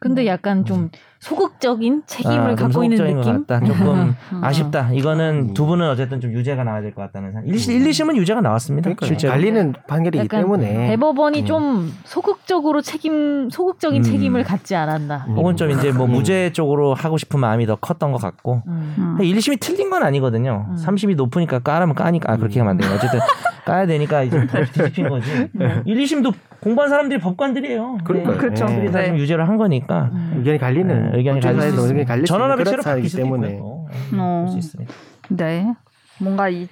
B: 근데 약간 좀 소극적인 책임을
C: 네. 음. 아, 좀
B: 갖고 있는
C: 소극적인 것
B: 느낌.
C: 같다. 조금 아쉽다.
D: 음.
C: 이거는 두 분은 어쨌든 좀 유죄가 나와야 될 것 같다는 생각. 1, 1심은 유죄가 나왔습니다.
D: 그러니까요.
C: 실제로.
D: 갈리는 판결이기
B: 약간
D: 때문에
B: 대법원이
D: 음.
B: 좀 소극적으로 책임 소극적인
C: 네. 음.
B: 책임을 갖지 않았나.
D: 음.
C: 혹은 좀 이제 뭐
D: 음.
C: 무죄 쪽으로 하고 싶은 마음이 더 컸던 것 같고.
B: 음.
A: 음.
C: 1심이 틀린 건 아니거든요.
B: 음.
C: 30이 높으니까 까라면 까니까. 아, 그렇게 하면 안 되요 어쨌든 까야 되니까
D: 네.
C: 이제 다시 뒤집힌 거지. 1, 2심도 공부한 사람들이 법관들이에요.
D: 그러니까요.
A: 그렇죠.
D: 네.
C: 네. 다 지금
A: 네.
C: 유죄를 한 거니까.
B: 음.
D: 의견이 갈리는
C: 네, 의견이
D: 어떤
C: 갈릴
D: 사이에서
C: 수
D: 의견이 갈릴 수
C: 있습니다.
D: 있는
C: 전원합의
D: 그런
C: 체력 바뀔
D: 사이기
C: 수도
D: 때문에
C: 있고.
A: 어.
C: 그럴 수 있습니다.
A: 네. 뭔가 이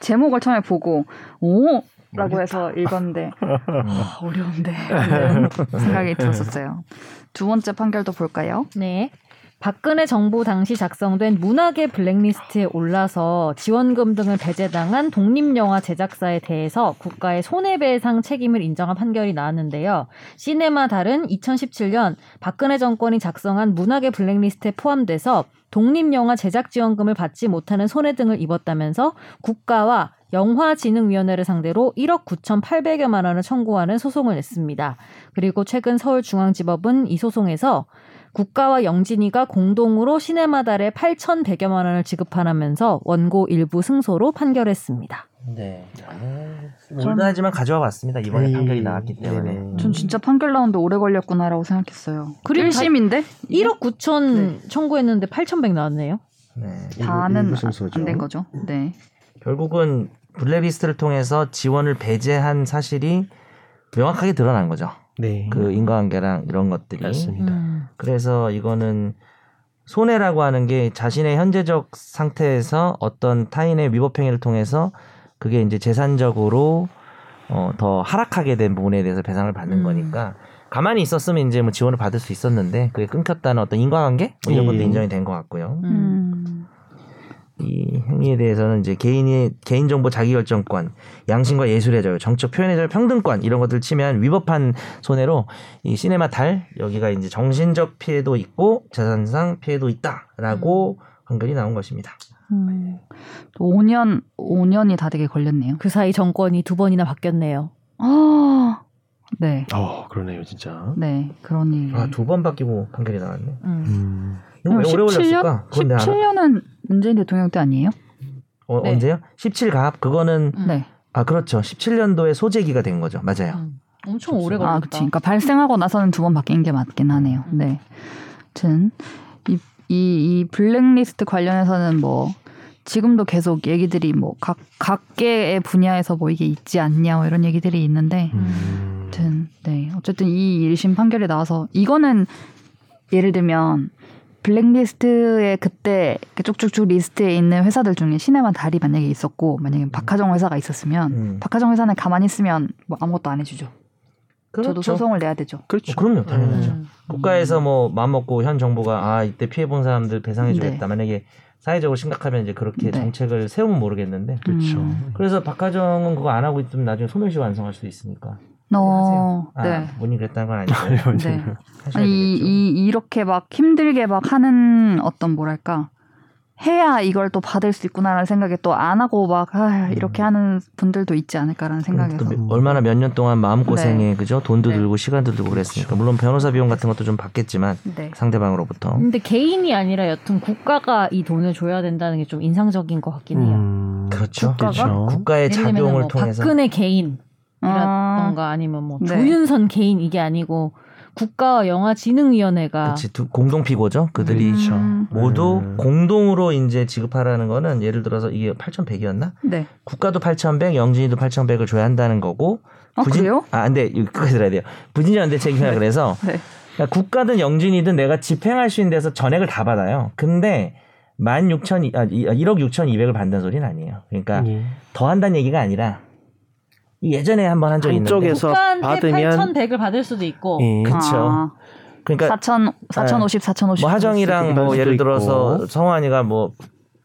A: 제목을 처음에 보고 오 라고 해서 읽었는데
C: 음.
A: 아, 어려운데 이런 생각이 들었었어요. 두 번째 판결도 볼까요?
B: 네. 박근혜 정부 당시 작성된 문학의 블랙리스트에 올라서 지원금 등을 배제당한 독립영화 제작사에 대해서 국가의 손해배상 책임을 인정한 판결이 나왔는데요. 시네마 달은 2017년 박근혜 정권이 작성한 문학의 블랙리스트에 포함돼서 독립영화 제작 지원금을 받지 못하는 손해 등을 입었다면서 국가와 영화진흥위원회를 상대로 1억 9,800여만 원을 청구하는 소송을 냈습니다. 그리고 최근 서울중앙지법은 이 소송에서 국가와 영진이가 공동으로 시네마 달에 8,100여만 원을 지급하라면서 원고 일부 승소로 판결했습니다.
C: 네. 울다지만 가져와 봤습니다. 이번에
D: 음.
C: 판결이 나왔기 때문에.
D: 네.
A: 전 진짜 판결 나오는데 오래 걸렸구나라고 생각했어요.
B: 그리고 네.
A: 1심인데
B: 1억 9천 청구했는데 8,100 나왔네요.
C: 네.
A: 다는
D: 일부 순서죠.
A: 안 된 거죠. 네.
C: 결국은 블랙리스트를 통해서 지원을 배제한 사실이 명확하게 드러난 거죠.
D: 네.
C: 그 인과관계랑 이런 것들이.
D: 맞습니다.
B: 음,
C: 그래서 이거는 손해라고 하는 게 자신의 현재적 상태에서 어떤 타인의 위법행위를 통해서 그게 이제 재산적으로 어, 더 하락하게 된 부분에 대해서 배상을 받는
B: 음.
C: 거니까 가만히 있었으면 이제 뭐 지원을 받을 수 있었는데 그게 끊겼다는 어떤 인과관계 뭐 이런
D: 예.
C: 것도 인정이 된 것 같고요.
B: 음.
C: 이 행위에 대해서는 이제 개인의 개인정보 자기결정권, 양심과 예술의 자유, 정적 표현의 자유 평등권 이런 것들 침해한 위법한 손해로 이 시네마 달 여기가 이제 정신적 피해도 있고 재산상 피해도
A: 음.
C: 있다라고 판결이 나온 것입니다.
B: 음.
A: 또 5년 5년이 다 되게 걸렸네요.
B: 그 사이 정권이 두 번이나 바뀌었네요.
A: 아 네.
D: 어 그러네요 진짜.
A: 네. 그런 일.
C: 아, 두 번 바뀌고 판결이 나왔네.
B: 음.
D: 음.
C: 이거 왜 오래
A: 17년?
C: 걸렸을까? 그건 내가 알아.
A: 17년은 문재인 대통령 때 아니에요?
C: 어,
B: 네.
C: 언제요? 17갑 그거는
B: 음.
A: 네.
C: 아 그렇죠. 17년도에 소재기가 된 거죠. 맞아요.
B: 음. 엄청 오래 걸렸다.
A: 아, 그치. 그러니까 발생하고 나서는 두 번 바뀐 게 맞긴 하네요.
B: 음.
A: 네. 아무튼 이, 이, 이 블랙리스트 관련해서는 뭐 지금도 계속 얘기들이 뭐 각, 각계의 분야에서 뭐 이게 있지 않냐 뭐 이런 얘기들이 있는데
D: 음.
A: 아무튼 네 어쨌든 이 1심 판결이 나와서 이거는 예를 들면 블랙리스트에 그때 이렇게 쭉쭉쭉 리스트에 있는 회사들 중에 시네마 달이 만약에 있었고 만약에 박하정 회사가 있었으면
C: 음.
A: 박하정 회사는 가만히 있으면 뭐 아무것도 안 해주죠. 저도
C: 그렇죠.
A: 소송을 내야 되죠.
C: 어, 그럼요, 당연하죠.
B: 음.
C: 국가에서 뭐 맘먹고 현 정부가 아 이때 피해 본 사람들 배상해주겠다.
A: 네.
C: 만약에 사회적으로 심각하면 이제
A: 네.
C: 그렇게 정책을 세우면 모르겠는데.
D: 그렇죠.
A: 음.
C: 그래서 박하정은 그거 안 하고 있으면 나중에 소멸시 완성할 수도 있으니까.
A: 어,
C: 아,
A: 네.
C: 본인이 그랬다는 건 아니고
A: 네. 이,
C: 하셔야 되겠죠.
A: 이, 이렇게 막 힘들게 막 하는 어떤 뭐랄까. 해야 이걸 또 받을 수 있구나라는 생각에 또 안 하고 막 아,
C: 음.
A: 이렇게 하는 분들도 있지 않을까라는 생각에서.
C: 또 몇- 얼마나 몇 년 동안 마음 고생에 그죠 돈도
A: 네.
C: 들고 시간도 들고 그랬으니까 물론 변호사 비용 같은 것도 좀 받겠지만
A: 네.
C: 상대방으로부터
B: 근데 개인이 아니라 여튼 국가가 이 돈을 줘야 된다는 게 좀 인상적인 것 같긴 해요.
D: 음.
C: 그렇죠
B: 국가가?
C: 국가의
B: 예를 들면은
C: 작용을
B: 뭐
C: 통해서
B: 박근혜 개인
A: 아,
B: 이라던가 아니면 뭐
A: 네.
B: 조윤선 개인 이게 아니고 국가 영화 지능위원회가
C: 그치, 두- 공동 피고죠 그들이
D: 그렇죠.
A: 음.
C: 모두
D: 음.
C: 공동으로 이제 지급하라는 거는 예를 들어서 이게 8,100이었나
A: 네.
C: 국가도 8,100 영진이도 8,100을 줘야 한다는 거고
A: 아, 그래요?
C: 아 근데 이거 끝까지 들어야 돼요 부진전한테 책임이라 그래서
A: 네.
C: 그러니까 국가든 영진이든 내가 집행할 수 있는 데서 전액을 다 받아요. 근데 16,000, 아, 이- 아, 1억 6,200을 받는 소리는 아니에요. 그러니까
D: 예.
A: 어.
C: 더 한다는 얘기가 아니라 이 예전에 한 번 한 적이 있는데.
D: 한쪽에서
B: 국가한테
D: 받으면
B: 8,100을 받을 수도 있고
D: 예.
C: 그렇죠.
A: 아,
C: 그러니까
A: 4천 4,050, 4,050.
C: 뭐 하정이랑
D: 수도
C: 뭐
D: 있고.
C: 예를 들어서 성환이가 뭐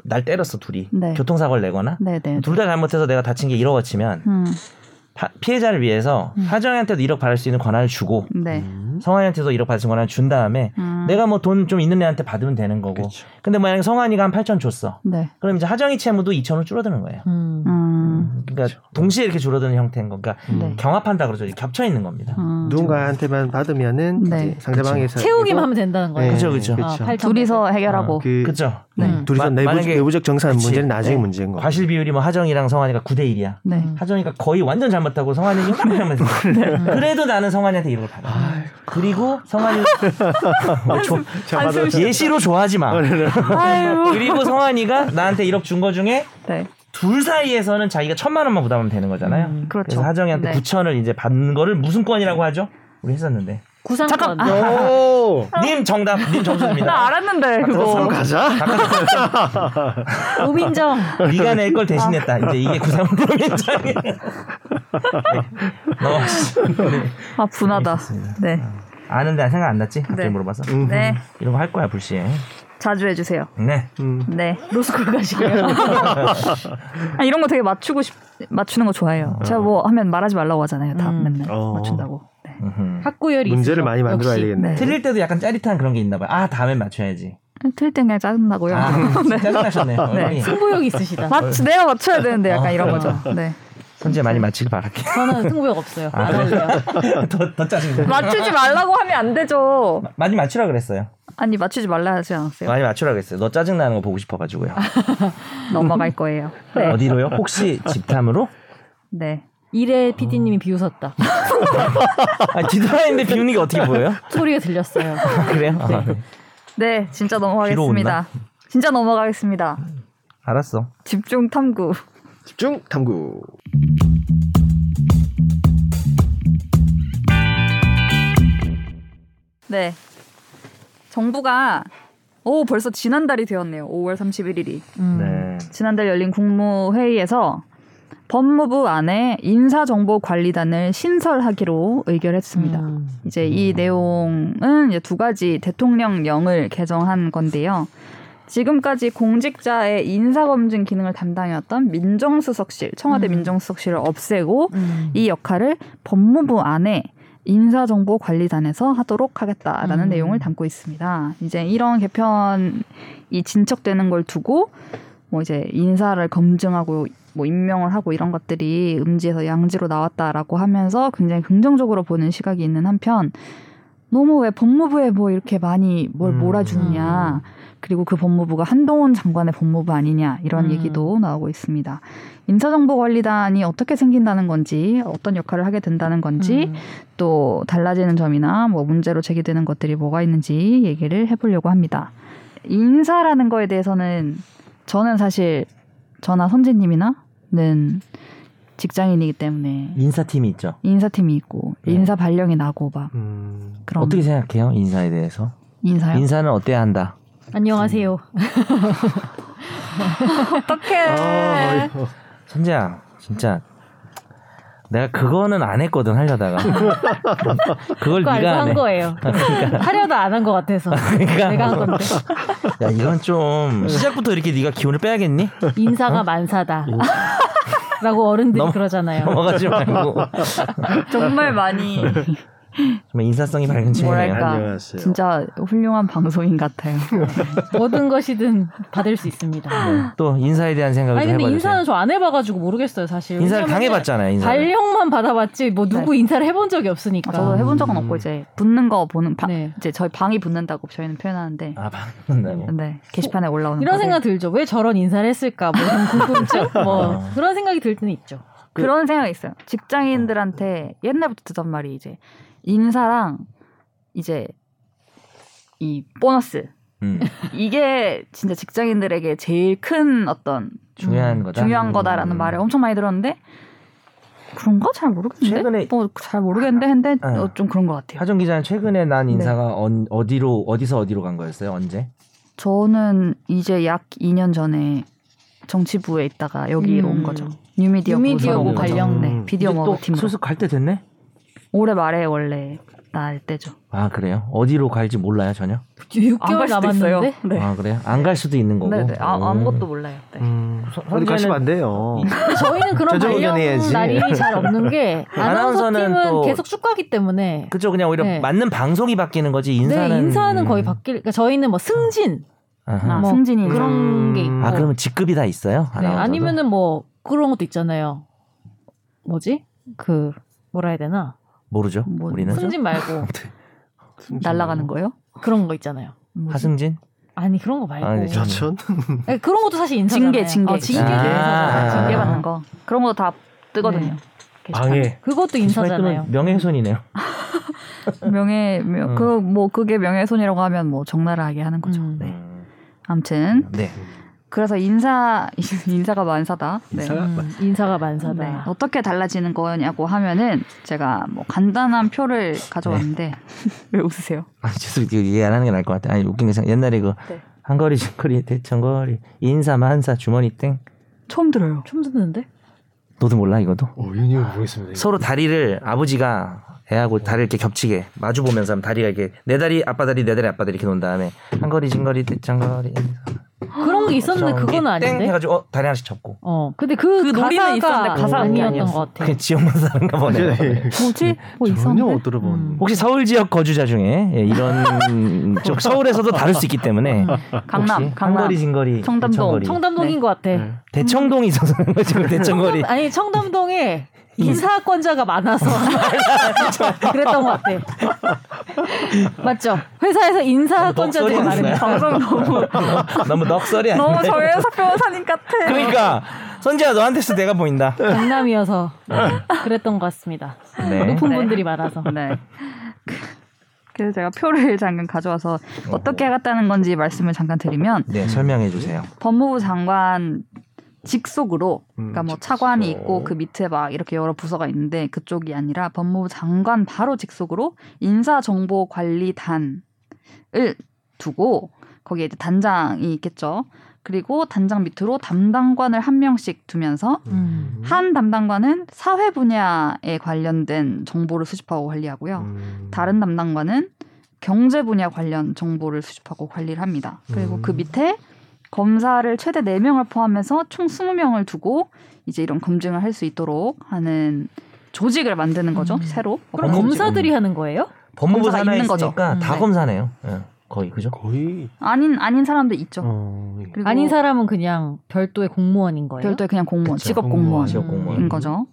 C: 날 때렸어 둘이
A: 네.
C: 교통사고를 내거나
A: 네, 네.
C: 둘 다 잘못해서 내가 다친 게 1억 어치면
A: 음.
C: 파- 피해자를 위해서 하정이한테도 1억 받을 수 있는 권한을 주고
A: 네.
C: 음. 성환이한테도 1억 받을 수 있는 권한을 준 다음에
A: 음.
C: 내가 뭐 돈 좀 있는 애한테 받으면 되는 거고.
D: 그렇죠.
C: 근데 만약에 성환이가 한 8천 줬어.
A: 네.
C: 그럼 이제 하정이 채무도 2천으로 줄어드는 거예요.
B: 음.
A: 음.
C: 그러니까 동시에 이렇게 줄어드는 형태인 거. 그러니까
D: 음.
A: 네.
C: 경합한다 그러죠. 겹쳐 있는 겁니다.
A: 음.
D: 누군가한테만 받으면은
A: 네.
D: 그러니까 이제 상대방에서
B: 채우기만 하면 된다는 거예요.
C: 그쵸, 그쵸.
B: 아,
D: 그렇죠.
B: 8,100.
A: 둘이서 해결하고.
D: 그
C: 그죠?
A: 네.
D: 둘이서
C: 마-
D: 내부,
C: 만약에-
D: 내부적 정산
C: 그치.
D: 문제는 나중에
C: 네.
D: 문제인 거.
C: 과실 비율이 뭐 하정이랑 성환이가 9대 1이야.
A: 네.
B: 음.
C: 하정이가 거의 완전 잘못하고 성환이 요만하면 그래도 나는 성환이한테 이걸 받아. 그리고 성환이
D: 한숨
C: 예시로 좋아하지
D: 어, 네,
C: 마.
A: 아유.
C: 그리고 성환이가 나한테 1억 준 거 중에
A: 네.
C: 둘 사이에서는 자기가 천만 원만 부담하면 되는 거잖아요.
A: 그렇죠.
C: 그래서 하정이한테
A: 네.
C: 9천을 이제 받는 거를 무슨 권이라고 하죠? 우리 했었는데.
B: 구상권.
D: 오.
A: 아.
C: 님 정답, 님
A: 나
C: 정수입니다.
A: 알았는데 그거.
D: 서로 가자.
B: 어, 오민정.
C: 네가 낼 걸 대신했다. 이제 이게 구상권 인정이.
A: 아 분하다. 네.
C: 아는데 생각 안 났지? 갑자기
A: 네.
C: 물어봐서.
A: 네.
C: 이런 거 할 거야 불시에.
A: 자주 해주세요.
C: 네.
D: 음.
A: 네.
B: 로스쿨 가시게요.
A: 아, 이런 거 되게 맞추고 싶 맞추는 거 좋아해요. 제가 뭐 하면 말하지 말라고 하잖아요. 다 맨날
D: 어.
A: 맞춘다고. 네.
C: 음흠.
B: 학구열이
D: 문제를
B: 있어서
D: 많이 만들어야
B: 역시.
D: 되겠네.
A: 네.
C: 틀릴 때도 약간 짜릿한 그런 게 있나 봐요. 아 다음엔 맞춰야지.
A: 틀릴 땐 그냥 짜증나고요.
C: 아
A: 네.
C: 짜증나셨네.
A: 네.
C: 요
B: 승부욕 있으시다.
A: 맞 내가 맞춰야 되는데 약간 이런 거죠. 네.
C: 손재 많이 맞히길 바랄게.
B: 저는 승부욕 없어요.
D: 아,
B: 안
D: 네.
B: 어울려요.
C: 더, 더 짜증나.
A: 맞추지 말라고 하면 안 되죠.
C: 많이 맞추라 그랬어요.
A: 아니 맞추지 말라 하지 않았어요.
C: 많이 맞추라 그랬어요. 너 짜증 나는 거 보고 싶어가지고요.
A: 넘어갈 거예요. 네.
C: 어디로요? 혹시 집탐으로?
A: 네.
B: 이래 PD님이 비웃었다.
C: 아 뒤돌아있는데 비웃는 게 어떻게 보여요?
B: 소리가 들렸어요.
C: 아, 그래요? 아, 네.
A: 네, 진짜
C: 뒤로
A: 넘어가겠습니다. 진짜 넘어가겠습니다.
C: 알았어.
A: 집중 탐구.
D: 집중 탐구.
A: 네. 정부가 오 벌써 지난달이 되었네요. 5월 31일이
B: 음.
C: 네.
A: 지난달 열린 국무회의에서 법무부 안에 인사정보관리단을 신설하기로 의결했습니다.
B: 음.
A: 이제 이 내용은 이제 두 가지 대통령령을 개정한 건데요. 지금까지 공직자의 인사검증 기능을 담당해왔던 민정수석실, 청와대
B: 음.
A: 민정수석실을 없애고
B: 음.
A: 이 역할을 법무부 안에 인사정보관리단에서 하도록 하겠다라는
B: 음.
A: 내용을 담고 있습니다. 이제 이런 개편이 진척되는 걸 두고 뭐 이제 인사를 검증하고 뭐 임명을 하고 이런 것들이 음지에서 양지로 나왔다라고 하면서 굉장히 긍정적으로 보는 시각이 있는 한편 너무 왜 법무부에 뭐 이렇게 많이 뭘
C: 음.
A: 몰아주느냐 그리고 그 법무부가 한동훈 장관의 법무부 아니냐 이런
B: 음.
A: 얘기도 나오고 있습니다. 인사정보관리단이 어떻게 생긴다는 건지 어떤 역할을 하게 된다는 건지
B: 음.
A: 또 달라지는 점이나 뭐 문제로 제기되는 것들이 뭐가 있는지 얘기를 해보려고 합니다. 인사라는 거에 대해서는 저는 사실 저나 선재님이나는 직장인이기 때문에
C: 인사팀이 있죠.
A: 인사팀이 있고
C: 네.
A: 인사 발령이 나고 막
D: 음,
A: 그런
C: 어떻게 생각해요? 인사에 대해서?
B: 네.
A: 인사요.
C: 인사는 어때야 한다.
B: 안녕하세요.
D: 음. 아,
A: 어떡해.
D: 어이구.
C: 선재야, 진짜 내가 그거는 안 했거든 하려다가 그걸
B: 그거 알고
C: 네가 안 해.
B: 한 거예요.
D: 아,
B: 하려다 안 한 것 같아서
C: 그러니까.
B: 내가 한 건데
C: 야 이건 좀 시작부터 이렇게 네가 기운을 빼야겠니?
B: 인사가 만사다라고
D: 예.
B: 어른들이
C: 너무-
B: 그러잖아요.
C: 넘어가지 말고
A: 정말 많이
C: 정말 인사성이 밝은 친구네요.
A: 뭐랄까
D: 안녕하세요.
A: 진짜 훌륭한 방송인 같아요.
B: 모든 것이든 받을 수 있습니다.
C: 또 인사에 대한 생각을
B: 아니
C: 좀
B: 근데
C: 해봐주세요.
B: 인사는 저 안 해봐가지고 모르겠어요 사실.
C: 인사를
B: 왜냐면
C: 당해봤잖아요. 인사를.
B: 발령만 받아봤지 뭐 누구 인사를 해본 적이 없으니까.
A: 아, 저도 해본 적은 없고 이제 붙는 거 보는 방
B: 음. 네.
A: 이제 저희 방이 붙는다고 저희는 표현하는데
C: 아 받는다고.
A: 네 게시판에 올라오는
B: 이런
A: 거를
B: 생각 들죠. 왜 저런 인사를 했을까? 뭐 이런 궁금증? 뭐
C: 어.
B: 그런 생각이 들 때는 있죠.
A: 그런 생각이 있어요. 직장인들한테
C: 어.
A: 옛날부터 듣던 말이 이제 인사랑 이제 이 보너스
C: 음,
A: 이게 진짜 직장인들에게 제일 큰 어떤
C: 중요한
A: 음,
C: 거다.
A: 중요한 거다라는
C: 음.
A: 말을 엄청 많이 들었는데 그런가 잘 모르겠는데
C: 최근에-
A: 뭐잘 모르겠는데 했는데
C: 아.
A: 어, 좀 그런 것 같아요.
C: 하정 기자는 최근에
A: 네.
C: 난 인사가 언- 어디로 어디서 어디로 간 거였어요? 언제?
A: 저는 이제 약 2년 전에 정치부에 있다가 여기로
B: 음.
A: 온 거죠. 뉴미디어
B: 뉴미디어부
A: 부서로 온 거죠.
B: 관련.
A: 네, 비디오
C: 근데 또
A: 먹어 팀. 로
C: 슬슬 갈때 됐네.
A: 올해 말에 원래 날 때죠.
C: 아 그래요? 어디로 갈지 몰라요 전혀.
A: 안
B: 6개월
A: 갈 수도
B: 남았는데
A: 있어요. 네.
C: 아 그래요? 안 갈 수도 있는 거고.
A: 네, 네. 아,
C: 음.
A: 아무것도 몰라요. 네.
D: 음, 어디
C: 선재는-
D: 가시면 안 돼요.
B: 저희는 그런
D: 저쪽
B: 발령
D: 의견 해야지.
B: 날이 잘 없는 게 아나운서
C: 아나운서는
B: 팀은
C: 또-
B: 계속 쭉 가기 때문에
C: 그죠 그냥 오히려
B: 네.
C: 맞는 방송이 바뀌는 거지 그 인사는.
B: 네, 인사는 거의
C: 음.
B: 바뀔 그러니까 저희는 뭐 승진
A: 아,
C: 아하.
B: 뭐
A: 승진이
B: 그런
D: 음.
B: 게 있고
C: 아 그러면 직급이 다 있어요?
B: 네,
C: 아나운서도?
B: 아니면은 뭐 그런 것도 있잖아요. 뭐지? 그 뭐라 해야 되나?
C: 모르죠.
A: 뭐-
C: 우리는
A: 뭐죠?
B: 승진 말고
A: 날아가는 거예요?
B: 그런 거 있잖아요.
A: 뭐지?
C: 하승진.
B: 아니 그런 거 말고
C: 아니, 저-
D: 저천
B: 네, 그런 것도 사실 인사잖아요.
A: 징계, 징계.
B: 어, 징계도
C: 아.
B: 인사잖아요.
A: 징계
C: 아.
A: 받는 거. 그런 거 다 뜨거든요. 아, 예.
D: 방해.
B: 그것도 인사잖아요.
C: 예. 명예훼손이네요.
A: 명예 명,
C: 음.
A: 그뭐 그게 명예훼손이라고 하면 뭐 적나라하게 하는 거죠.
B: 음.
A: 네.
C: 음.
A: 아무튼
C: 네.
A: 그래서 인사 인사가 만사다. 네.
D: 인사?
B: 음, 인사가 만사다.
A: 네. 어떻게 달라지는 거냐고 하면은 제가 뭐 간단한 표를 가져왔는데 왜 웃으세요?
C: 아, 죄송해요. 이거 얘기 안 하는 게 나을 것 같아. 아니, 웃긴 게 생각- 옛날에 그
A: 네.
C: 한거리, 중거리, 대천거리, 인사, 만사, 주머니 땡.
A: 처음 들어요.
B: 처음 듣는데?
C: 너도 몰라, 이것도?
D: 오, 유니온 모르겠습니다. 이거.
C: 서로 다리를 아버지가 애하고 다리를 이렇게 겹치게 마주 보면서 하면 다리가 이렇게 내 다리 아빠 다리 내 다리 아빠 다리 이렇게 놓은 다음에 한거리 진거리 대창거리
B: 그런 게 있었는데 그건
C: 땡
B: 아닌데.
C: 해가지고 어 다리 하나씩 접고
B: 어, 근데 그,
A: 그 놀이는
B: 가사가
A: 있었는데 가사가 그게
B: 아니었던
A: 아니었어.
B: 것 같아.
C: 그게 지역만 사는가 보네.
D: 네.
A: 뭐지? 뭐
D: 전혀
A: 이상한데?
D: 못 들어본.
B: 음.
C: 혹시 서울 지역 거주자 중에 예, 이런 쪽 서울에서도 다를 수 있기 때문에
B: 음.
A: 강남, 강남.
C: 혹시 한거리 진거리
A: 청담동,
C: 대청거리.
B: 청담동인
A: 네.
B: 것 같아.
C: 대청동이 있어서 그런 거죠 대청거리
B: 아니 청담동에 인사권자가 많아서 그랬던 것 같아. 맞죠? 회사에서 인사권자들이
C: 목소리는
B: 많은데.
A: 방송 너무
B: 아,
C: 너무 넉설이
A: 너무
C: 아닌데
A: 정현석 변호사님 같아.
C: 그러니까 선재야 너한테서 내가 보인다
B: 강남이어서 그랬던 것 같습니다.
C: 네.
B: 높은
A: 네.
B: 분들이 많아서.
A: 네. 그래서 제가 표를 잠깐 가져와서 어떻게 해갔다는 건지 말씀을 잠깐 드리면
C: 네 설명해 주세요
A: 법무부 장관 직속으로
D: 음,
A: 그러니까 뭐
D: 직속.
A: 차관이 있고 그 밑에 막 이렇게 여러 부서가 있는데 그쪽이 아니라 법무부 장관 바로 직속으로 인사정보관리단을 두고 거기에 이제 단장이 있겠죠. 그리고 단장 밑으로 담당관을 한 명씩 두면서
B: 음.
A: 한 담당관은 사회 분야에 관련된 정보를 수집하고 관리하고요.
D: 음.
A: 다른 담당관은 경제 분야 관련 정보를 수집하고 관리를 합니다. 그리고
D: 음.
A: 그 밑에 검사를 최대 4명을 포함해서 총 20명을 두고 이제 이런 검증을 할 수 있도록 하는 조직을 만드는 거죠.
B: 음.
A: 새로.
B: 그럼
C: 법무부
B: 검사들이 하는 거예요?
C: 법무부
A: 검사가
C: 산하에
A: 있는 거죠.
C: 있으니까
B: 음,
C: 다
A: 네. 음,
C: 검사네요 예. 거의 그죠?
D: 거의
A: 아닌 아닌 사람도 있죠.
D: 어,
A: 그리고
B: 아닌 사람은 그냥 별도의 공무원인 거예요.
A: 별도의 그냥 공무원,
D: 그쵸,
A: 직업
D: 공무원.
A: 공무원.
C: 지역
B: 음.
C: 공무원.
A: 인 거죠.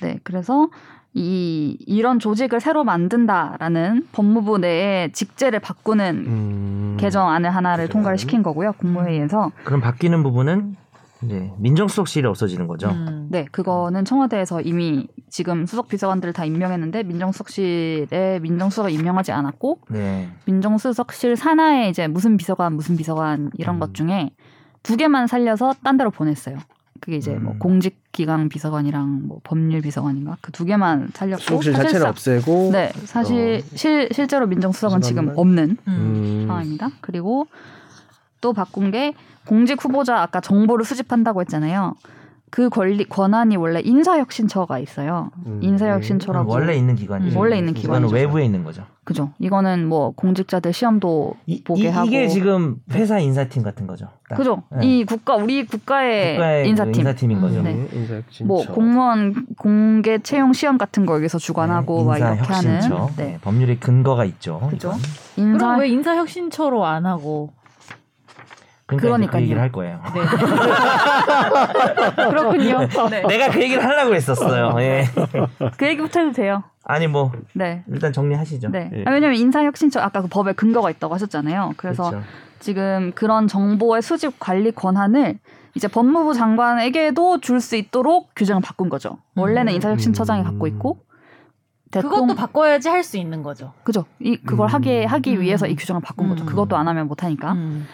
A: 네, 그래서 이 이런 조직을 새로 만든다라는 법무부 내에 직제를 바꾸는
D: 음.
A: 개정안을 하나를
D: 개정안.
A: 통과를 시킨 거고요. 국무회의에서
C: 그럼 바뀌는 부분은 이제 민정수석실이 없어지는 거죠.
B: 음.
A: 네, 그거는 청와대에서 이미 지금 수석 비서관들을 다 임명했는데 민정수석실에 민정수석 임명하지 않았고
C: 네.
A: 민정수석실 산하에 이제 무슨 비서관 무슨 비서관 이런
D: 음.
A: 것 중에 두 개만 살려서 딴 데로 보냈어요. 그게 이제 뭐
C: 음.
A: 공직기강 비서관이랑 뭐 법률 비서관인가 그 두 개만 살렸고
D: 수석실 자체를
A: 사실상-
D: 없애고 어.
A: 네, 사실 실, 실제로 민정수석은 지금 없는
B: 음.
D: 음.
A: 상황입니다. 그리고 또 바꾼 게 공직 후보자 아까 정보를 수집한다고 했잖아요. 그 권리 권한이 원래 인사혁신처가 있어요.
D: 음.
A: 인사혁신처라고
C: 원래 있는 기관이
B: 음, 원래
A: 있는
C: 기관은
A: 기관이죠.
C: 외부에 있는 거죠.
A: 그죠? 이거는 뭐 공직자들 시험도
C: 이,
A: 보게 하고
C: 게 지금 회사 인사팀 같은 거죠. 딱.
A: 그죠?
C: 네.
A: 이 국가 우리 국가의,
C: 국가의 그
A: 인사팀
C: 인사팀인 거죠.
A: 네.
D: 음, 인사혁신처.
A: 뭐 공무원 공개 채용 시험 같은 거 여기서 주관하고 막 이렇게
C: 네, 인사혁신처.
A: 하는
C: 네,
A: 네.
C: 법률의 근거가 있죠.
A: 그죠?
C: 이건.
A: 인사
B: 그럼 왜 인사혁신처로 안 하고?
C: 그러니까 이제 그
A: 그러니까요.
C: 얘기를 할 거예요.
B: 네. 그렇군요. 네.
C: 내가 그 얘기를 하려고 했었어요. 예.
A: 그 얘기부터 해도 돼요.
C: 아니 뭐
A: 네.
C: 일단 정리하시죠.
A: 네.
D: 예.
A: 아, 왜냐면 인사혁신처 아까 그 법에 근거가 있다고 하셨잖아요. 그래서
C: 그렇죠.
A: 지금 그런 정보의 수집 관리 권한을 이제 법무부 장관에게도 줄 수 있도록 규정을 바꾼 거죠. 원래는
B: 음.
A: 인사혁신처장이 갖고
D: 음.
A: 있고
B: 그것도
A: 대통령-
B: 바꿔야지 할 수 있는 거죠.
A: 그죠. 이 그걸 하게 하기
B: 음.
A: 위해서 이 규정을 바꾼 거죠.
B: 음.
A: 그것도 안 하면 못 하니까.
B: 음.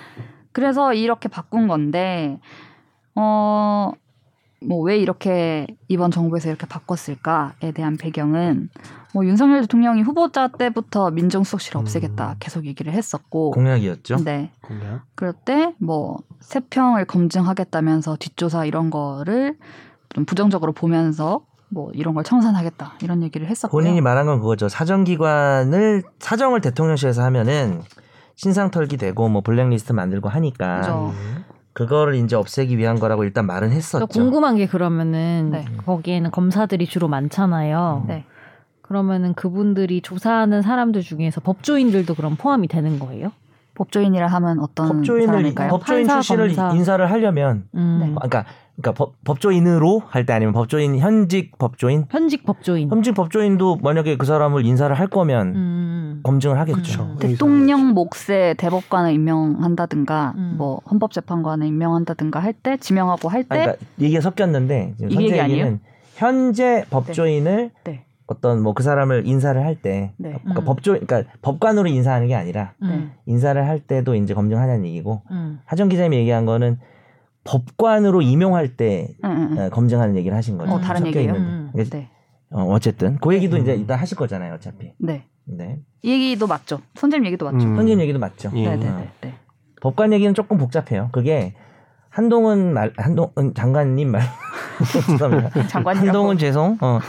A: 그래서 이렇게 바꾼 건데 어. 뭐 왜 이렇게 이번 정부에서 이렇게 바꿨을까에 대한 배경은 뭐 윤석열 대통령이 후보자 때부터 민정수석실을
D: 음.
A: 없애겠다 계속 얘기를 했었고
C: 공약이었죠.
A: 네
D: 공약.
A: 그럴 때 뭐 세평을 검증하겠다면서 뒷조사 이런 거를 좀 부정적으로 보면서 뭐 이런 걸 청산하겠다 이런 얘기를 했었고요.
C: 본인이 말한 건 그거죠. 사정기관을 사정을 대통령실에서 하면은 신상털기 되고 뭐 블랙리스트 만들고 하니까
A: 그죠.
D: 음.
C: 그거를 이제 없애기 위한 거라고 일단 말은
B: 저
C: 했었죠.
A: 그러니까
B: 궁금한 게 그러면은
A: 네.
B: 거기에는 검사들이 주로
C: 음.
B: 많잖아요.
A: 네.
B: 그러면은 그분들이 조사하는 사람들 중에서 법조인들도 그럼 포함이 되는 거예요?
A: 법조인이라 하면 어떤
C: 법조인을 뭐
A: 사람일까요?
C: 법조인
B: 판사,
C: 출신을
B: 검사.
C: 인사를 하려면
B: 음.
A: 네.
C: 그러니까 그러니까 법, 법조인으로 할 때 아니면 법조인 현직 법조인
B: 현직 법조인.
C: 현직 법조인도 만약에 그 사람을 인사를 할 거면
B: 음.
C: 검증을 하겠죠. 그렇죠.
B: 음.
A: 대통령 몫의 대법관을 임명한다든가
B: 음.
A: 뭐 헌법재판관을 임명한다든가 할 때 지명하고 할 때
C: 아니, 그러니까 얘기가 섞였는데 지금
A: 이
C: 선재
A: 얘기
C: 얘기는
A: 아니에요?
C: 현재 법조인을
A: 네.
C: 어떤 뭐 그 사람을 인사를 할 때
A: 네.
C: 그러니까
B: 음.
C: 법조 그러니까 법관으로 인사하는 게 아니라
B: 음.
C: 인사를 할 때도 이제 검증하냐는 얘기고
B: 음.
C: 하정 기자님이 얘기한 거는 법관으로 임용할 때
A: 응, 응, 응.
C: 어, 검증하는 얘기를 하신 거죠.
B: 어, 다른
C: 섞여
A: 음. 얘기예요?
C: 있는데.
B: 음.
C: 그게
A: 네.
C: 어, 어쨌든 그 얘기도 이제 일단 하실 거잖아요, 어차피.
A: 네.
C: 네.
A: 이 얘기도 맞죠. 선재님 얘기도 맞죠.
D: 음.
C: 현진 얘기도 맞죠. 어.
D: 예.
A: 네, 네, 네,
C: 음.
A: 네.
C: 법관 얘기는 조금 복잡해요. 그게 한동훈 말 한동훈 장관님 말 죄송합니다.
A: 장관님.
C: 한동훈 죄송. 어,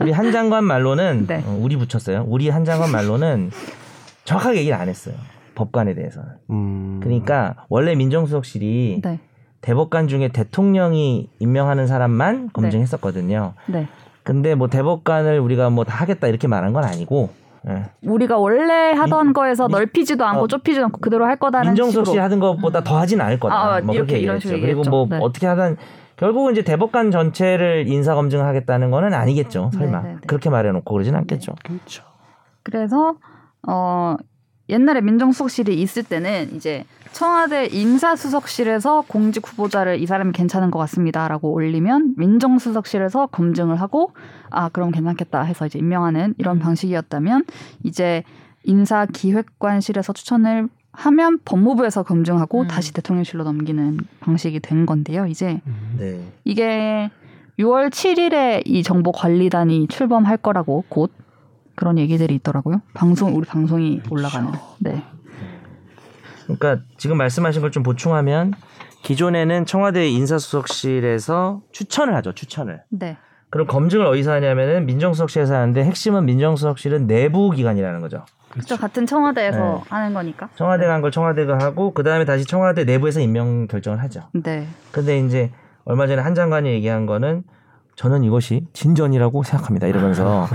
C: 우리 한 장관 말로는
A: 네.
C: 어, 우리 붙였어요. 우리 한 장관 말로는 정확하게 얘기를 안 했어요. 법관에 대해서는.
D: 음.
C: 그러니까 원래 민정수석실이
A: 네.
C: 대법관 중에 대통령이 임명하는 사람만 검증했었거든요.
A: 네.
C: 근데 뭐 대법관을 우리가 뭐 다 하겠다 이렇게 말한 건 아니고 예.
A: 우리가 원래 하던
C: 민-
A: 거에서
C: 민-
A: 넓히지도 않고
C: 어,
A: 좁히지도 않고 그대로 할 거다라는
C: 민정수석 씨
A: 식으로.
C: 하던 것보다
B: 음.
C: 더 하진 않을 거다.
A: 아, 아,
C: 뭐
A: 이렇게,
C: 그렇게
A: 이런
C: 얘기했죠.
A: 식으로
C: 그리고 뭐
A: 얘기했죠. 네.
C: 어떻게 하든 결국은 이제 대법관 전체를 인사 검증하겠다는 거는 아니겠죠. 설마
A: 네, 네, 네.
C: 그렇게 말해놓고 그러진 않겠죠.
D: 그렇죠.
A: 그래서 어 옛날에 민정수석실이 있을 때는 이제 청와대 인사수석실에서 공직 후보자를 이 사람이 괜찮은 것 같습니다라고 올리면 민정수석실에서 검증을 하고 아 그럼 괜찮겠다 해서 이제 임명하는 이런
B: 음.
A: 방식이었다면 이제 인사기획관실에서 추천을 하면 법무부에서 검증하고
B: 음.
A: 다시 대통령실로 넘기는 방식이 된 건데요. 이제
D: 음.
C: 네.
A: 이게 6월 7일에 이 정보 관리단이 출범할 거라고 곧 그런 얘기들이 있더라고요. 방송 우리 방송이
C: 그렇죠.
A: 올라가는. 네.
C: 그러니까 지금 말씀하신 걸 좀 보충하면 기존에는 청와대 인사수석실에서 추천을 하죠. 추천을.
A: 네.
C: 그럼 검증을 어디서 하냐면은 민정수석실에서 하는데 핵심은 민정수석실은 내부 기관이라는 거죠.
A: 그렇죠. 같은 청와대에서
C: 네.
A: 하는 거니까.
C: 청와대가 한 걸 청와대가 하고 그 다음에 다시 청와대 내부에서 임명 결정을 하죠.
A: 네.
C: 근데 이제 얼마 전에 한 장관이 얘기한 거는 저는 이것이
D: 네.
C: 진전이라고 생각합니다. 이러면서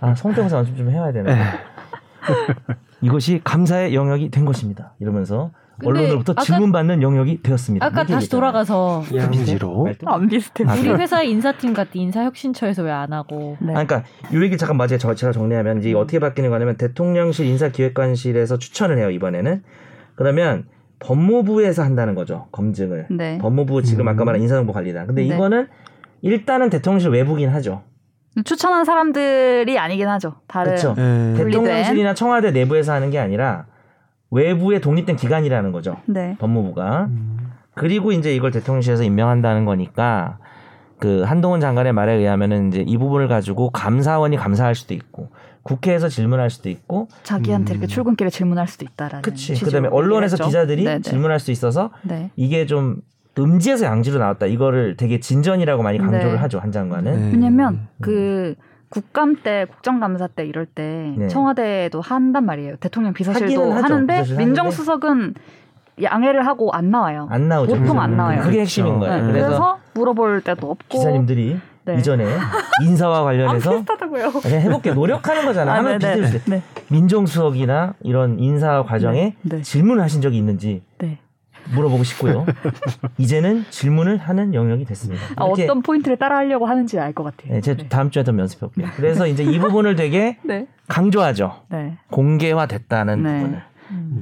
C: 아, 성대모사 연습 좀 해야 되나? 이것이 감사의 영역이 된 것입니다. 이러면서
B: 근데
C: 언론으로부터
B: 아까-
C: 질문받는 영역이 되었습니다.
B: 아까 다시 돌아가서
C: 그
D: 그 양지로
A: 안 비슷해.
C: 아,
B: 우리
C: 그래.
B: 회사 인사팀 같은 인사혁신처에서 왜 안 하고
A: 네.
C: 아, 그러니까 요 얘기 잠깐 맞아요. 저- 제가 정리하면
B: 음.
C: 이제 어떻게 바뀌는 거냐면 대통령실 인사기획관실에서 추천을 해요 이번에는. 그러면 법무부에서 한다는 거죠 검증을.
A: 네.
C: 법무부 지금
D: 음.
C: 아까 말한 인사정보관리단. 근데
A: 네.
C: 이거는 일단은 대통령실 외부긴 하죠.
A: 추천한 사람들이 아니긴 하죠. 다른
C: 그렇죠.
D: 예.
A: 음. 분리된.
C: 대통령실이나 청와대 내부에서 하는 게 아니라 외부의 독립된 기관이라는 거죠.
A: 네.
C: 법무부가.
D: 음.
C: 그리고 이제 이걸 대통령실에서 임명한다는 거니까 그 한동훈 장관의 말에 의하면은 이제 이 부분을 가지고 감사원이 감사할 수도 있고 국회에서 질문할 수도 있고
A: 자기한테
D: 음.
A: 이렇게 출근길에 질문할 수도 있다라는.
C: 그치
A: 취지로
C: 그다음에 언론에서
A: 얘기했죠.
C: 기자들이
A: 네네.
C: 질문할 수 있어서
A: 네.
C: 이게 좀 음지에서 양지로 나왔다 이거를 되게 진전이라고 많이 강조를
A: 네.
C: 하죠 한 장관은
D: 네.
A: 왜냐면 그 국감 때 국정감사 때 이럴 때
C: 네.
A: 청와대에도 한단 말이에요. 대통령 비서실도
C: 하기는 하죠.
A: 하는데
C: 비서실 하는데.
A: 민정수석은 양해를 하고 안 나와요.
C: 안 나오죠 음,
A: 보통 안 나와요.
C: 그게 핵심인
D: 그렇죠.
C: 거예요
A: 네,
C: 그래서,
A: 그래서, 물어볼 때도 없고
C: 기자님들이
A: 네.
C: 이전에 인사와
A: 아,
C: 관련해서
A: 비슷하다고요.
C: 그냥 해볼게 노력하는 거잖아
A: 아,
C: 하면
A: 네네.
C: 비슷해
A: 네.
C: 민정수석이나 이런 인사 과정에
A: 네.
C: 질문하신 적이 있는지
A: 네.
C: 물어보고 싶고요. 이제는 질문을 하는 영역이 됐습니다.
A: 아,
C: 이렇게
A: 어떤 포인트를 따라하려고 하는지 알 것 같아요.
C: 네, 제
A: 네.
C: 다음 주에 더 연습해 볼게요. 그래서 이제 이 부분을 되게
A: 네.
C: 강조하죠.
A: 네.
C: 공개화됐다는
A: 네.
C: 부분을.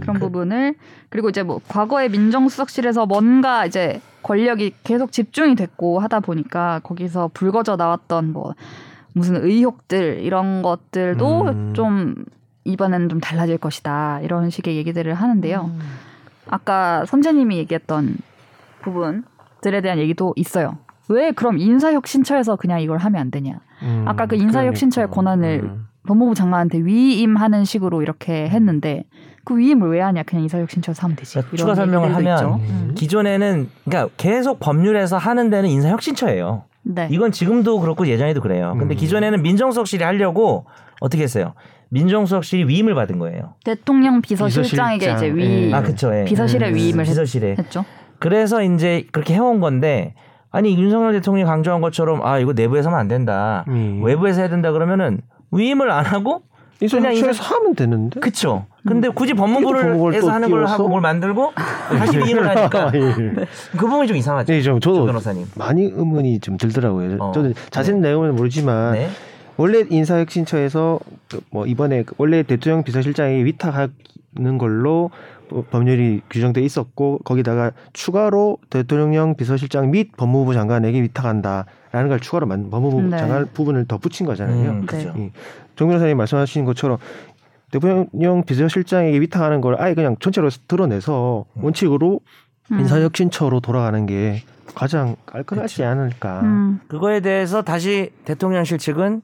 A: 그런 부분을 그리고 이제 뭐 과거에 민정수석실에서 뭔가 이제 권력이 계속 집중이 됐고 하다 보니까 거기서 불거져 나왔던 뭐 무슨 의혹들 이런 것들도
D: 음.
A: 좀 이번에는 좀 달라질 것이다 이런 식의 얘기들을 하는데요.
B: 음.
A: 아까 선재님이 얘기했던 부분들에 대한 얘기도 있어요. 왜 그럼 인사혁신처에서 그냥 이걸 하면 안 되냐?
D: 음,
A: 아까 그 인사혁신처의
D: 그러니까.
A: 권한을
D: 음.
A: 법무부 장관한테 위임하는 식으로 이렇게 했는데 그 위임을 왜 하냐? 그냥 인사혁신처에서 하면 되지.
C: 그러니까
A: 이런
C: 추가 설명을
A: 얘기들도
C: 하면
A: 있죠.
D: 음.
C: 기존에는 그러니까 계속 법률에서 하는 데는 인사혁신처예요.
A: 네.
C: 이건 지금도 그렇고 예전에도 그래요.
D: 음.
C: 근데 기존에는 민정수석실이 하려고 어떻게 했어요? 민정수석실이 위임을 받은 거예요.
A: 대통령 비서실장에게 이제
D: 비서실장.
A: 위
D: 예.
C: 아, 그쵸. 예.
A: 비서실에
D: 음.
A: 위임을 했,
C: 비서실에.
A: 죠
C: 그래서 이제 그렇게 해온 건데 아니 윤석열 대통령이 강조한 것처럼 아 이거 내부에서만 안 된다
D: 음.
C: 외부에서 해야 된다 그러면은 위임을 안 하고 뭐- 그냥
D: 인사혁신처에서 하면 되는데.
C: 그쵸 근데 굳이
D: 네. 음. 법무부를 또
C: 법무부를 하는 걸
D: 끼워서?
C: 하고 뭘 만들고 다시 위임을 하니까
D: 아, 예.
C: 그 부분이 좀 이상하죠
D: 네, 좀
C: 조
D: 저도
C: 변호사님
D: 많이 의문이 좀 들더라고요.
C: 어.
D: 저는 자세한 내용은 모르지만
C: 네.
D: 원래 인사혁신처에서 그뭐 이번에 그 원래 대통령 비서실장이 위탁하는 걸로 어, 법률이 규정돼 있었고 거기다가 추가로 대통령 비서실장 및 법무부 장관에게 위탁한다라는 걸 추가로 만 법무부
A: 네.
D: 장관 부분을 더 붙인 거잖아요.
C: 음, 그죠
D: 네. 정 변호사님 말씀하신 것처럼 대통령 비서실장에게 위탁하는 걸 아예 그냥 전체로 드러내서
C: 음.
D: 원칙으로
A: 음.
D: 인사혁신처로 돌아가는 게 가장
C: 그렇죠.
D: 깔끔하지 않을까.
A: 음.
C: 그거에 대해서 다시 대통령실 측은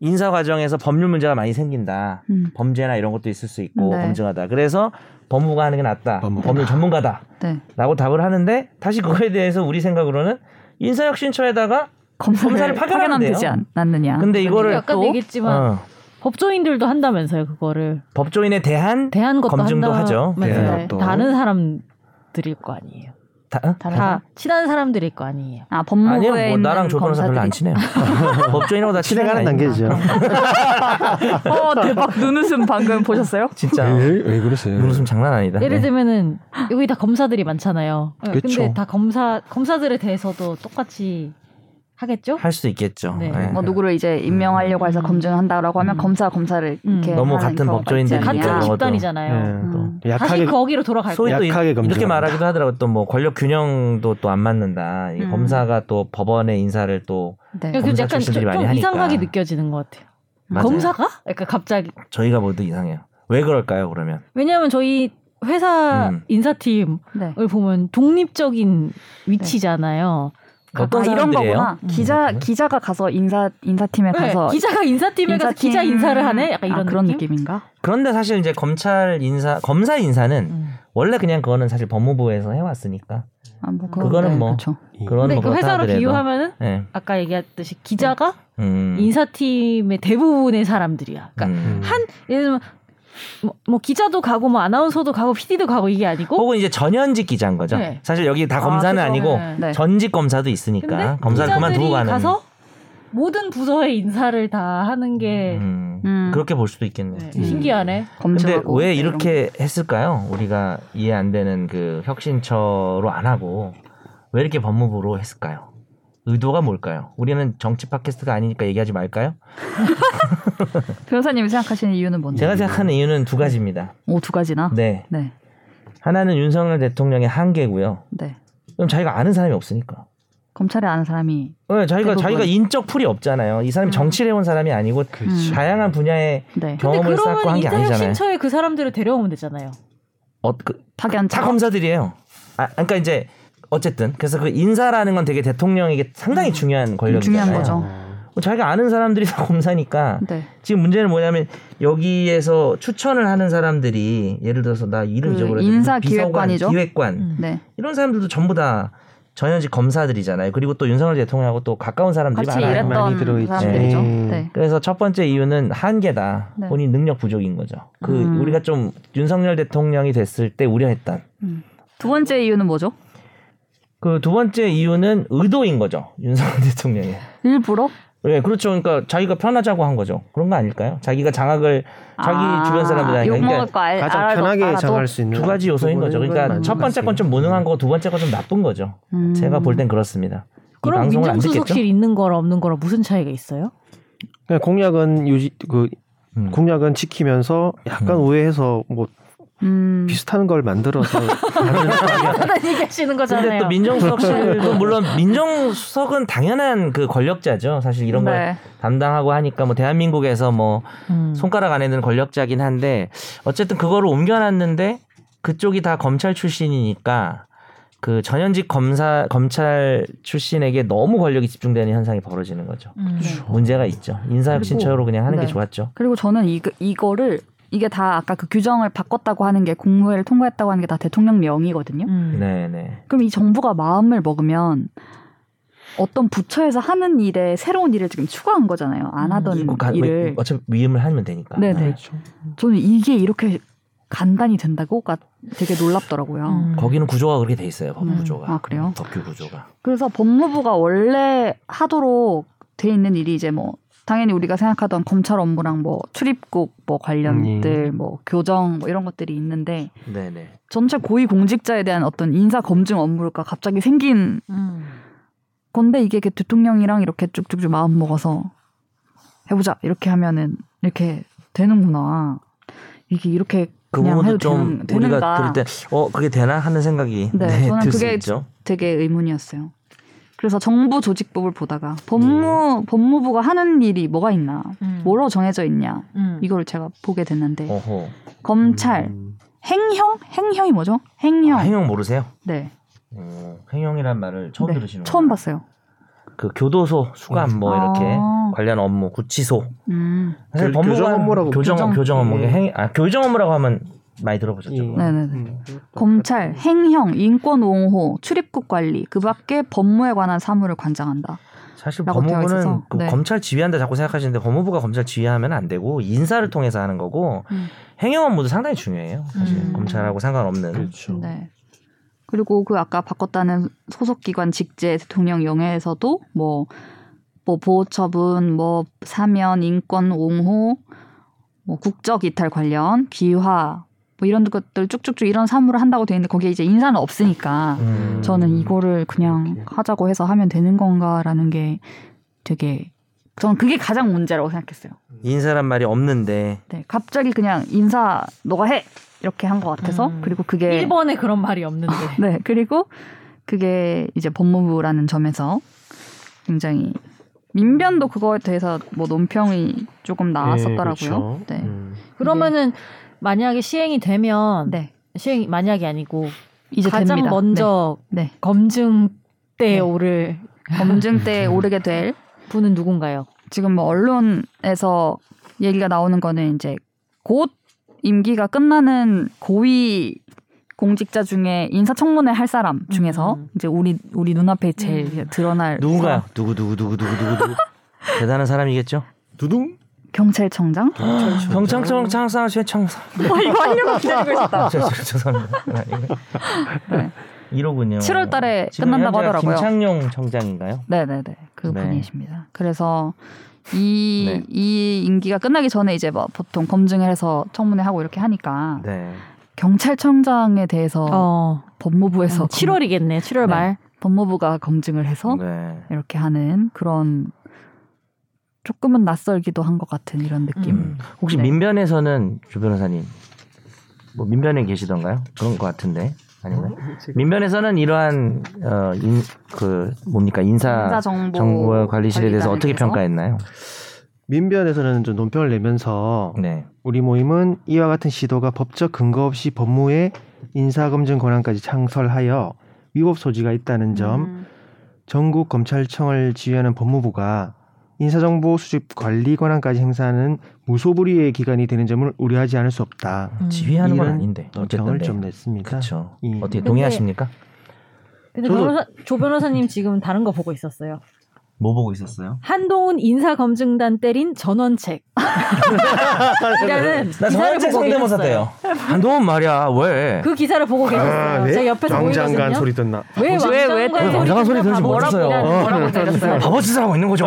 C: 인사 과정에서 법률 문제가 많이 생긴다
A: 음.
C: 범죄나 이런 것도 있을 수 있고
A: 네.
C: 검증하다 그래서 법무부가 하는 게 낫다
D: 법무부다.
C: 법률 전문가다
A: 네.
C: 라고 답을 하는데 다시 그거에 대해서 우리 생각으로는 인사혁신처에다가
A: 검사를,
C: 검사를 파견하면
A: 파견하면 되지
C: 돼요.
A: 않, 않느냐. 그러니까
C: 근데 이거를
B: 아까
A: 또-
B: 얘기했지만
C: 어,
B: 법조인들도 한다면서요 그거를
C: 법조인에 대한
B: 대한 것도
C: 검증도
B: 한다
C: 하죠.
B: 하면서
A: 네.
D: 또.
B: 다른 사람들일 거 아니에요
C: 다, 어?
A: 다른
B: 다
A: 사람?
B: 친한 사람들일 거 아니에요
A: 아 법무부에
C: 아니요 뭐
A: 있는
C: 나랑 조 변호사 별로 안 친해요 법조인하고 나 친해가
D: 진행하는
C: 아니에요.
D: 단계죠.
A: 어 대박 눈웃음 방금 보셨어요?
C: 진짜
D: 네. 예, 그러세요?
C: 무슨 장난 아니다
B: 예를
C: 네.
B: 들면은 여기 다 검사들이 많잖아요 네, 근데
D: 그쵸.
B: 다 검사 검사들에 대해서도 똑같이 하겠죠
C: 할 수도 있겠죠
B: 네.
C: 예.
A: 뭐 누구를 이제 임명하려고 해서
B: 음.
A: 검증한다라고 하면
B: 음.
A: 검사 검사를
B: 음.
A: 이렇게
C: 너무
A: 하는
C: 같은
A: 경우가
C: 법조인들이
A: 있지 않냐.
B: 같은
C: 그런 것도.
B: 집단이잖아요
D: 예.
A: 음.
D: 또
B: 다시 그
D: 약하게
B: 거기로 돌아갈
C: 네. 소위
B: 거예요
C: 또 이-
D: 약하게
C: 이렇게
D: 검증한다.
C: 말하기도 하더라고 또 뭐 권력 균형도 또 안 맞는다 이
A: 음.
C: 검사가 또 법원의 인사를 또
A: 네.
B: 그러니까 그
C: 검사
B: 약간 좀,
C: 출신들이 많이
B: 좀
C: 하니까.
B: 이상하게 느껴지는 것 같아요
C: 맞아요.
B: 검사가 약간 갑자기
C: 저희가 모두 이상해요 왜 그럴까요 그러면
B: 왜냐하면 저희 회사
C: 음.
B: 인사팀을
A: 네.
B: 보면 독립적인 위치잖아요.
C: 어떤
A: 아, 이런
C: 사람들이에요 음, 네.
A: 거구나. 기자 기자가 가서 인사 인사팀에
B: 네,
A: 가서
B: 기자가 인사팀에 가서
A: 인사팀-
B: 기자 인사를 하네? 약간
A: 아,
B: 이런
A: 그런
B: 느낌?
A: 인가
C: 그런데 사실 이제 검찰 인사 검사 인사는
B: 음.
C: 원래 그냥 그거는 사실 법무부에서 해왔으니까
A: 아, 뭐 그건,
C: 그거는
A: 네,
C: 뭐.
A: 그렇죠.
C: 그런
B: 근데
C: 뭐
B: 그
C: 그렇다
B: 회사로
C: 하더라도.
B: 비유하면은
C: 예.
B: 아까 얘기했듯이 기자가
C: 음.
B: 인사팀의 대부분의 사람들이야. 그러니까
C: 음.
B: 한 예를 들면 뭐, 뭐 기자도 가고 뭐 아나운서도 가고 PD도 가고 이게 아니고
C: 혹은 이제 전현직 기자인 거죠.
B: 뭐? 네.
C: 사실 여기 다 검사는
B: 아,
C: 아니고
B: 그거는.
A: 네.
C: 전직 검사도
B: 근데
C: 있으니까 검사를
B: 기자들이
C: 그만두고 가는.
B: 가서 모든 부서의 인사를 다 하는 게
C: 음,
A: 음.
C: 그렇게 볼 수도 있겠네요.
B: 음. 네. 신기하네.
C: 근데
A: 검증하고
C: 왜
A: 이런
C: 이렇게 했을까요? 우리가 이해 안 되는 그 혁신처로 안 하고 왜 이렇게 법무부로 했을까요? 의도가 뭘까요? 우리는 정치 팟캐스트가 아니니까 얘기하지 말까요?
A: 거. 변호사님이 생각하시는 이유는 뭔데?
C: 제가 생각하는 이유는 두 가지입니다.
A: 오두 가지나.
C: 네.
A: 네.
C: 하나는 윤석열 대통령의 한계고요.
A: 네.
C: 그럼 자기가 아는 사람이 없으니까.
A: 검찰에 아는 사람이
C: 네,
A: 대부분.
C: 자기가 자기가 인적 풀이 없잖아요. 이 사람이
B: 음.
C: 정치를 해온 사람이 아니고
A: 그렇지.
C: 다양한 분야의
A: 네.
C: 경- 경험을 쌓고 한게
B: 인사혁
C: 아니잖아요.
B: 신처에 그 사람들을 데려오면 되잖아요.
C: 어, 그, 차
A: 파견차.
C: 검사들이에요. 아, 그러니까 이제 어쨌든 그래서 그 인사라는 건 되게 대통령에게 상당히 중요한 권력이잖아요.
A: 음. 중요한 거죠.
C: 뭐 자기가 아는 사람들이 다 검사니까
A: 네.
C: 지금 문제는 뭐냐면 여기에서 추천을 하는 사람들이 예를 들어서 나 이름
A: 그
C: 잊어버려
A: 인사기획관이죠?
C: 기획관
B: 음.
A: 네.
C: 이런 사람들도 전부 다 전현직 검사들이잖아요. 그리고 또 윤석열 대통령하고 또 가까운 사람들이
A: 같이
C: 많아요.
D: 일했던- 많이
A: 일했던
D: 들어있지.
A: 사람들이죠.
D: 네.
A: 네.
C: 그래서 첫 번째 이유는 한계다.
A: 네.
C: 본인 능력 부족인 거죠. 그
A: 음.
C: 우리가 좀 윤석열 대통령이 됐을 때 우려했던
A: 음. 두 번째 이유는 뭐죠?
C: 그 두 번째 이유는 의도인 거죠. 윤석열 대통령이.
A: 일부러?
C: 예, 그렇죠. 그러니까 자기가 편하자고 한 거죠. 그런 거 아닐까요? 자기가 장악을 자기
A: 아,
C: 주변 사람들한테
A: 욕
C: 그러니까
A: 먹을 거 알,
D: 가장
A: 알아도-
D: 편하게
A: 알아도?
D: 정할 수 있는
C: 두 가지 요소인 거죠.
D: 부분인
C: 그러니까
D: 건
C: 첫 번째 건 좀
D: 맞는 것
C: 무능한
D: 같아요.
C: 거고 두 번째 건 좀 나쁜 거죠.
A: 음.
C: 제가 볼 땐 그렇습니다. 이
B: 그럼
C: 방송을 안 듣겠죠?
B: 민정수석실 있는 거랑 없는 거랑 무슨 차이가 있어요?
D: 그냥 공약은 유지 그
C: 음.
D: 공약은 지키면서 약간 우회해서 뭐
A: 음.
D: 비슷한 걸 만들어서
B: 하다 얘기하시는 거잖아요.
C: 근데 또 민정수석실도 물론 민정수석은 당연한 그 권력자죠. 사실 이런 걸
A: 네.
C: 담당하고 하니까 뭐 대한민국에서 뭐
B: 음.
C: 손가락 안에 는 권력자긴 한데 어쨌든 그거를 옮겨놨는데 그쪽이 다 검찰 출신이니까 그 전현직 검사 검찰 출신에게 너무 권력이 집중되는 현상이 벌어지는 거죠.
B: 음.
C: 문제가 있죠. 인사혁신처로 그냥 하는 게
A: 네.
C: 좋았죠.
A: 그리고 저는 이, 이거를 이게 다 아까 그 규정을 바꿨다고 하는 게 공무회를 통과했다고 하는 게 다 대통령 명이거든요.
B: 음.
C: 네네.
A: 그럼 이 정부가 마음을 먹으면 어떤 부처에서 하는 일에 새로운 일을 지금 추가한 거잖아요. 안 하던
C: 이거 가- 뭐
A: 음, 일을.
C: 어차피 위임을 하면 되니까.
A: 네네. 저는 이게 이렇게 간단히 된다고가 되게 놀랍더라고요.
B: 음.
C: 거기는 구조가 그렇게 돼 있어요. 법
A: 음.
C: 구조가.
A: 아, 그래요?
C: 법규 구조가.
A: 그래서 법무부가 원래 하도록 돼 있는 일이 이제 뭐 당연히 우리가 생각하던 검찰 업무랑 뭐 출입국 뭐 관련들 뭐 교정 뭐 이런 것들이 있는데
C: 네네.
A: 전체 고위 공직자에 대한 어떤 인사 검증 업무가 갑자기 생긴
B: 음.
A: 건데 이게 이렇게 대통령이랑 이렇게 쭉쭉쭉 마음 먹어서 해보자 이렇게 하면은 이렇게 되는구나 이게 이렇게
C: 그
A: 그냥 해도
C: 부분도 좀
A: 되는,
C: 우리가
A: 되는가
C: 들을 때 어 그게 되나 하는 생각이
A: 네, 저는
C: 들수
A: 그게
C: 있죠.
A: 되게 의문이었어요. 그래서 정부 조직법을 보다가
C: 네.
A: 법무 법무부가 하는 일이 뭐가 있나
B: 음.
A: 뭐로 정해져 있냐
B: 음.
A: 이걸 제가 보게 됐는데
C: 어허.
A: 검찰
D: 음.
A: 행형 행형이 뭐죠?
C: 아,
A: 행형
C: 행형 모르세요?
A: 네
D: 음.
C: 어, 행형이란 말을 처음
A: 네.
C: 들으시는
A: 처음
C: 거예요?
A: 봤어요.
C: 그 교도소 수감 뭐
A: 아.
C: 이렇게 관련 업무 구치소
A: 음
C: 사실
D: 교-
C: 법무관-
D: 교정 업무라고
C: 교정
A: 교정.
C: 교정 업무
D: 예.
C: 행, 아 교정 업무라고 하면 많이 들어보셨죠
D: 예.
C: 그거?
A: 네네네.
D: 음.
A: 검찰, 행형, 인권 옹호, 출입국 관리, 그 밖에 법무에 관한 사무를 관장한다.
C: 사실
A: 라고 되어
C: 법무부는
A: 있어서.
C: 그
A: 네.
C: 검찰 지휘한다 자꾸 생각하시는데 법무부가 검찰 지휘하면 안 되고 인사를 통해서 하는 거고
A: 음.
C: 행형 업무도 상당히 중요해요 사실
B: 음.
C: 검찰하고 상관없는
D: 그렇죠.
A: 네. 그리고 그 아까 바꿨다는 소속기관 직제 대통령 영해에서도 뭐, 뭐 보호처분, 뭐 사면, 인권 옹호, 뭐 국적 이탈 관련, 기화, 뭐 이런 것들 쭉쭉쭉 이런 사무를 한다고 돼 있는데 거기에 이제 인사는 없으니까
C: 음.
A: 저는 이거를 그냥
D: 이렇게.
A: 하자고 해서 하면 되는 건가라는 게 되게 저는 그게 가장 문제라고 생각했어요.
C: 인사란 말이 없는데
A: 네, 갑자기 그냥 인사 너가 해 이렇게 한 것 같아서
B: 음.
A: 그리고
C: 네.
A: 그게
B: 일본에 그런 말이 없는데.
C: 아,
A: 네 그리고 그게 이제 법무부라는 점에서 굉장히 민변도 그거에 대해서 뭐 논평이
C: 네,
A: 조금 나왔었더라고요.
D: 네. 그렇죠.
A: 네,
D: 음.
B: 그러면은 만약에 시행이 되면
A: 네
B: 시행 만약이 아니고
A: 이제
B: 가장
A: 됩니다.
B: 먼저
A: 네,
B: 검증 때
A: 네.
B: 오를
A: 네. 검증
C: 음.
A: 때 오르게 될
B: 분은 누군가요?
A: 지금 뭐 언론에서 얘기가 나오는 거는 이제 곧 임기가 끝나는 고위 공직자 중에 인사청문회 할 사람 중에서
B: 음.
A: 이제 우리 우리 눈앞에 제일
B: 음.
A: 드러날
C: 누군가요? 누구 누구 누구 누구 누구 누구 대단한 사람이겠죠?
D: 두둥.
A: 경찰청장?
C: 경창청 창상 최창상
B: 아,
A: 이거 하려고 기다리고 있었다.
C: 죄송합니다.
A: 네.
C: 이러군요.
A: 7월 달에
C: 지금
A: 끝난다고
C: 현재가
A: 하더라고요.
C: 김창룡 청장인가요?
A: 네네네. 그
C: 네.
A: 분이십니다. 그래서 이,
C: 네.
A: 이 인기가 끝나기 전에 이제 뭐 보통 검증을 해서 청문회 하고 이렇게 하니까
C: 네.
A: 경찰청장에 대해서
B: 어,
A: 법무부에서 검-
B: 7월이겠네. 7월
A: 네.
B: 말.
A: 법무부가 검증을 해서
C: 네.
A: 이렇게 하는 그런 조금은 낯설기도 한 것 같은 이런 느낌.
B: 음.
C: 혹시
A: 네.
C: 민변에서는 주 변호사님 뭐 민변에 계시던가요? 그런 것 같은데 아닌가요? 민변에서는 이러한 어, 인, 그 뭡니까 인사
A: 인사정보
C: 정보 음. 관리실에 대해서 어떻게 평가했나요?
D: 민변에서는 좀 논평을 내면서
C: 네.
D: 우리 모임은 이와 같은 시도가 법적 근거 없이 법무에 인사검증 권한까지 창설하여 위법 소지가 있다는 점,
B: 음.
D: 전국 검찰청을 지휘하는 법무부가 인사정보 수집 관리 권한까지 행사하는 무소불위의 기관이 되는 점을 우려하지 않을 수 없다.
B: 음.
C: 지휘하는 건
D: 이런
C: 아닌데 어쨌든
D: 논평을
C: 네.
D: 좀 냈습니다.
C: 그렇죠.
D: 이-
C: 어떻게
B: 근데-
C: 동의하십니까?
B: 근데
D: 저도-
B: 변호사, 조 변호사님 지금 다른 거 보고 있었어요.
C: 뭐 보고 있었어요?
B: 한동훈 인사검증단 때린 전원책. 이라는
C: 나
B: 기사를
C: 정원책
B: 보고
C: 성대모사
B: 계셨어요.
C: 때요. 한동훈 말이야 왜?
B: 그 기사를
C: 아,
B: 보고
D: 아,
C: 네?
B: 계셨어요.
D: 네?
B: 제가 옆에서 보이거든요.
D: 듣나?
B: 왜
C: 왜, 왜
B: 왕장관
C: 그래요? 왕장관 소리
B: 소리 듣나
C: 들지 못했어요.
B: 바보라고 뭐라고 때렸어요.
C: 바보 짓을 하고 있는 거죠.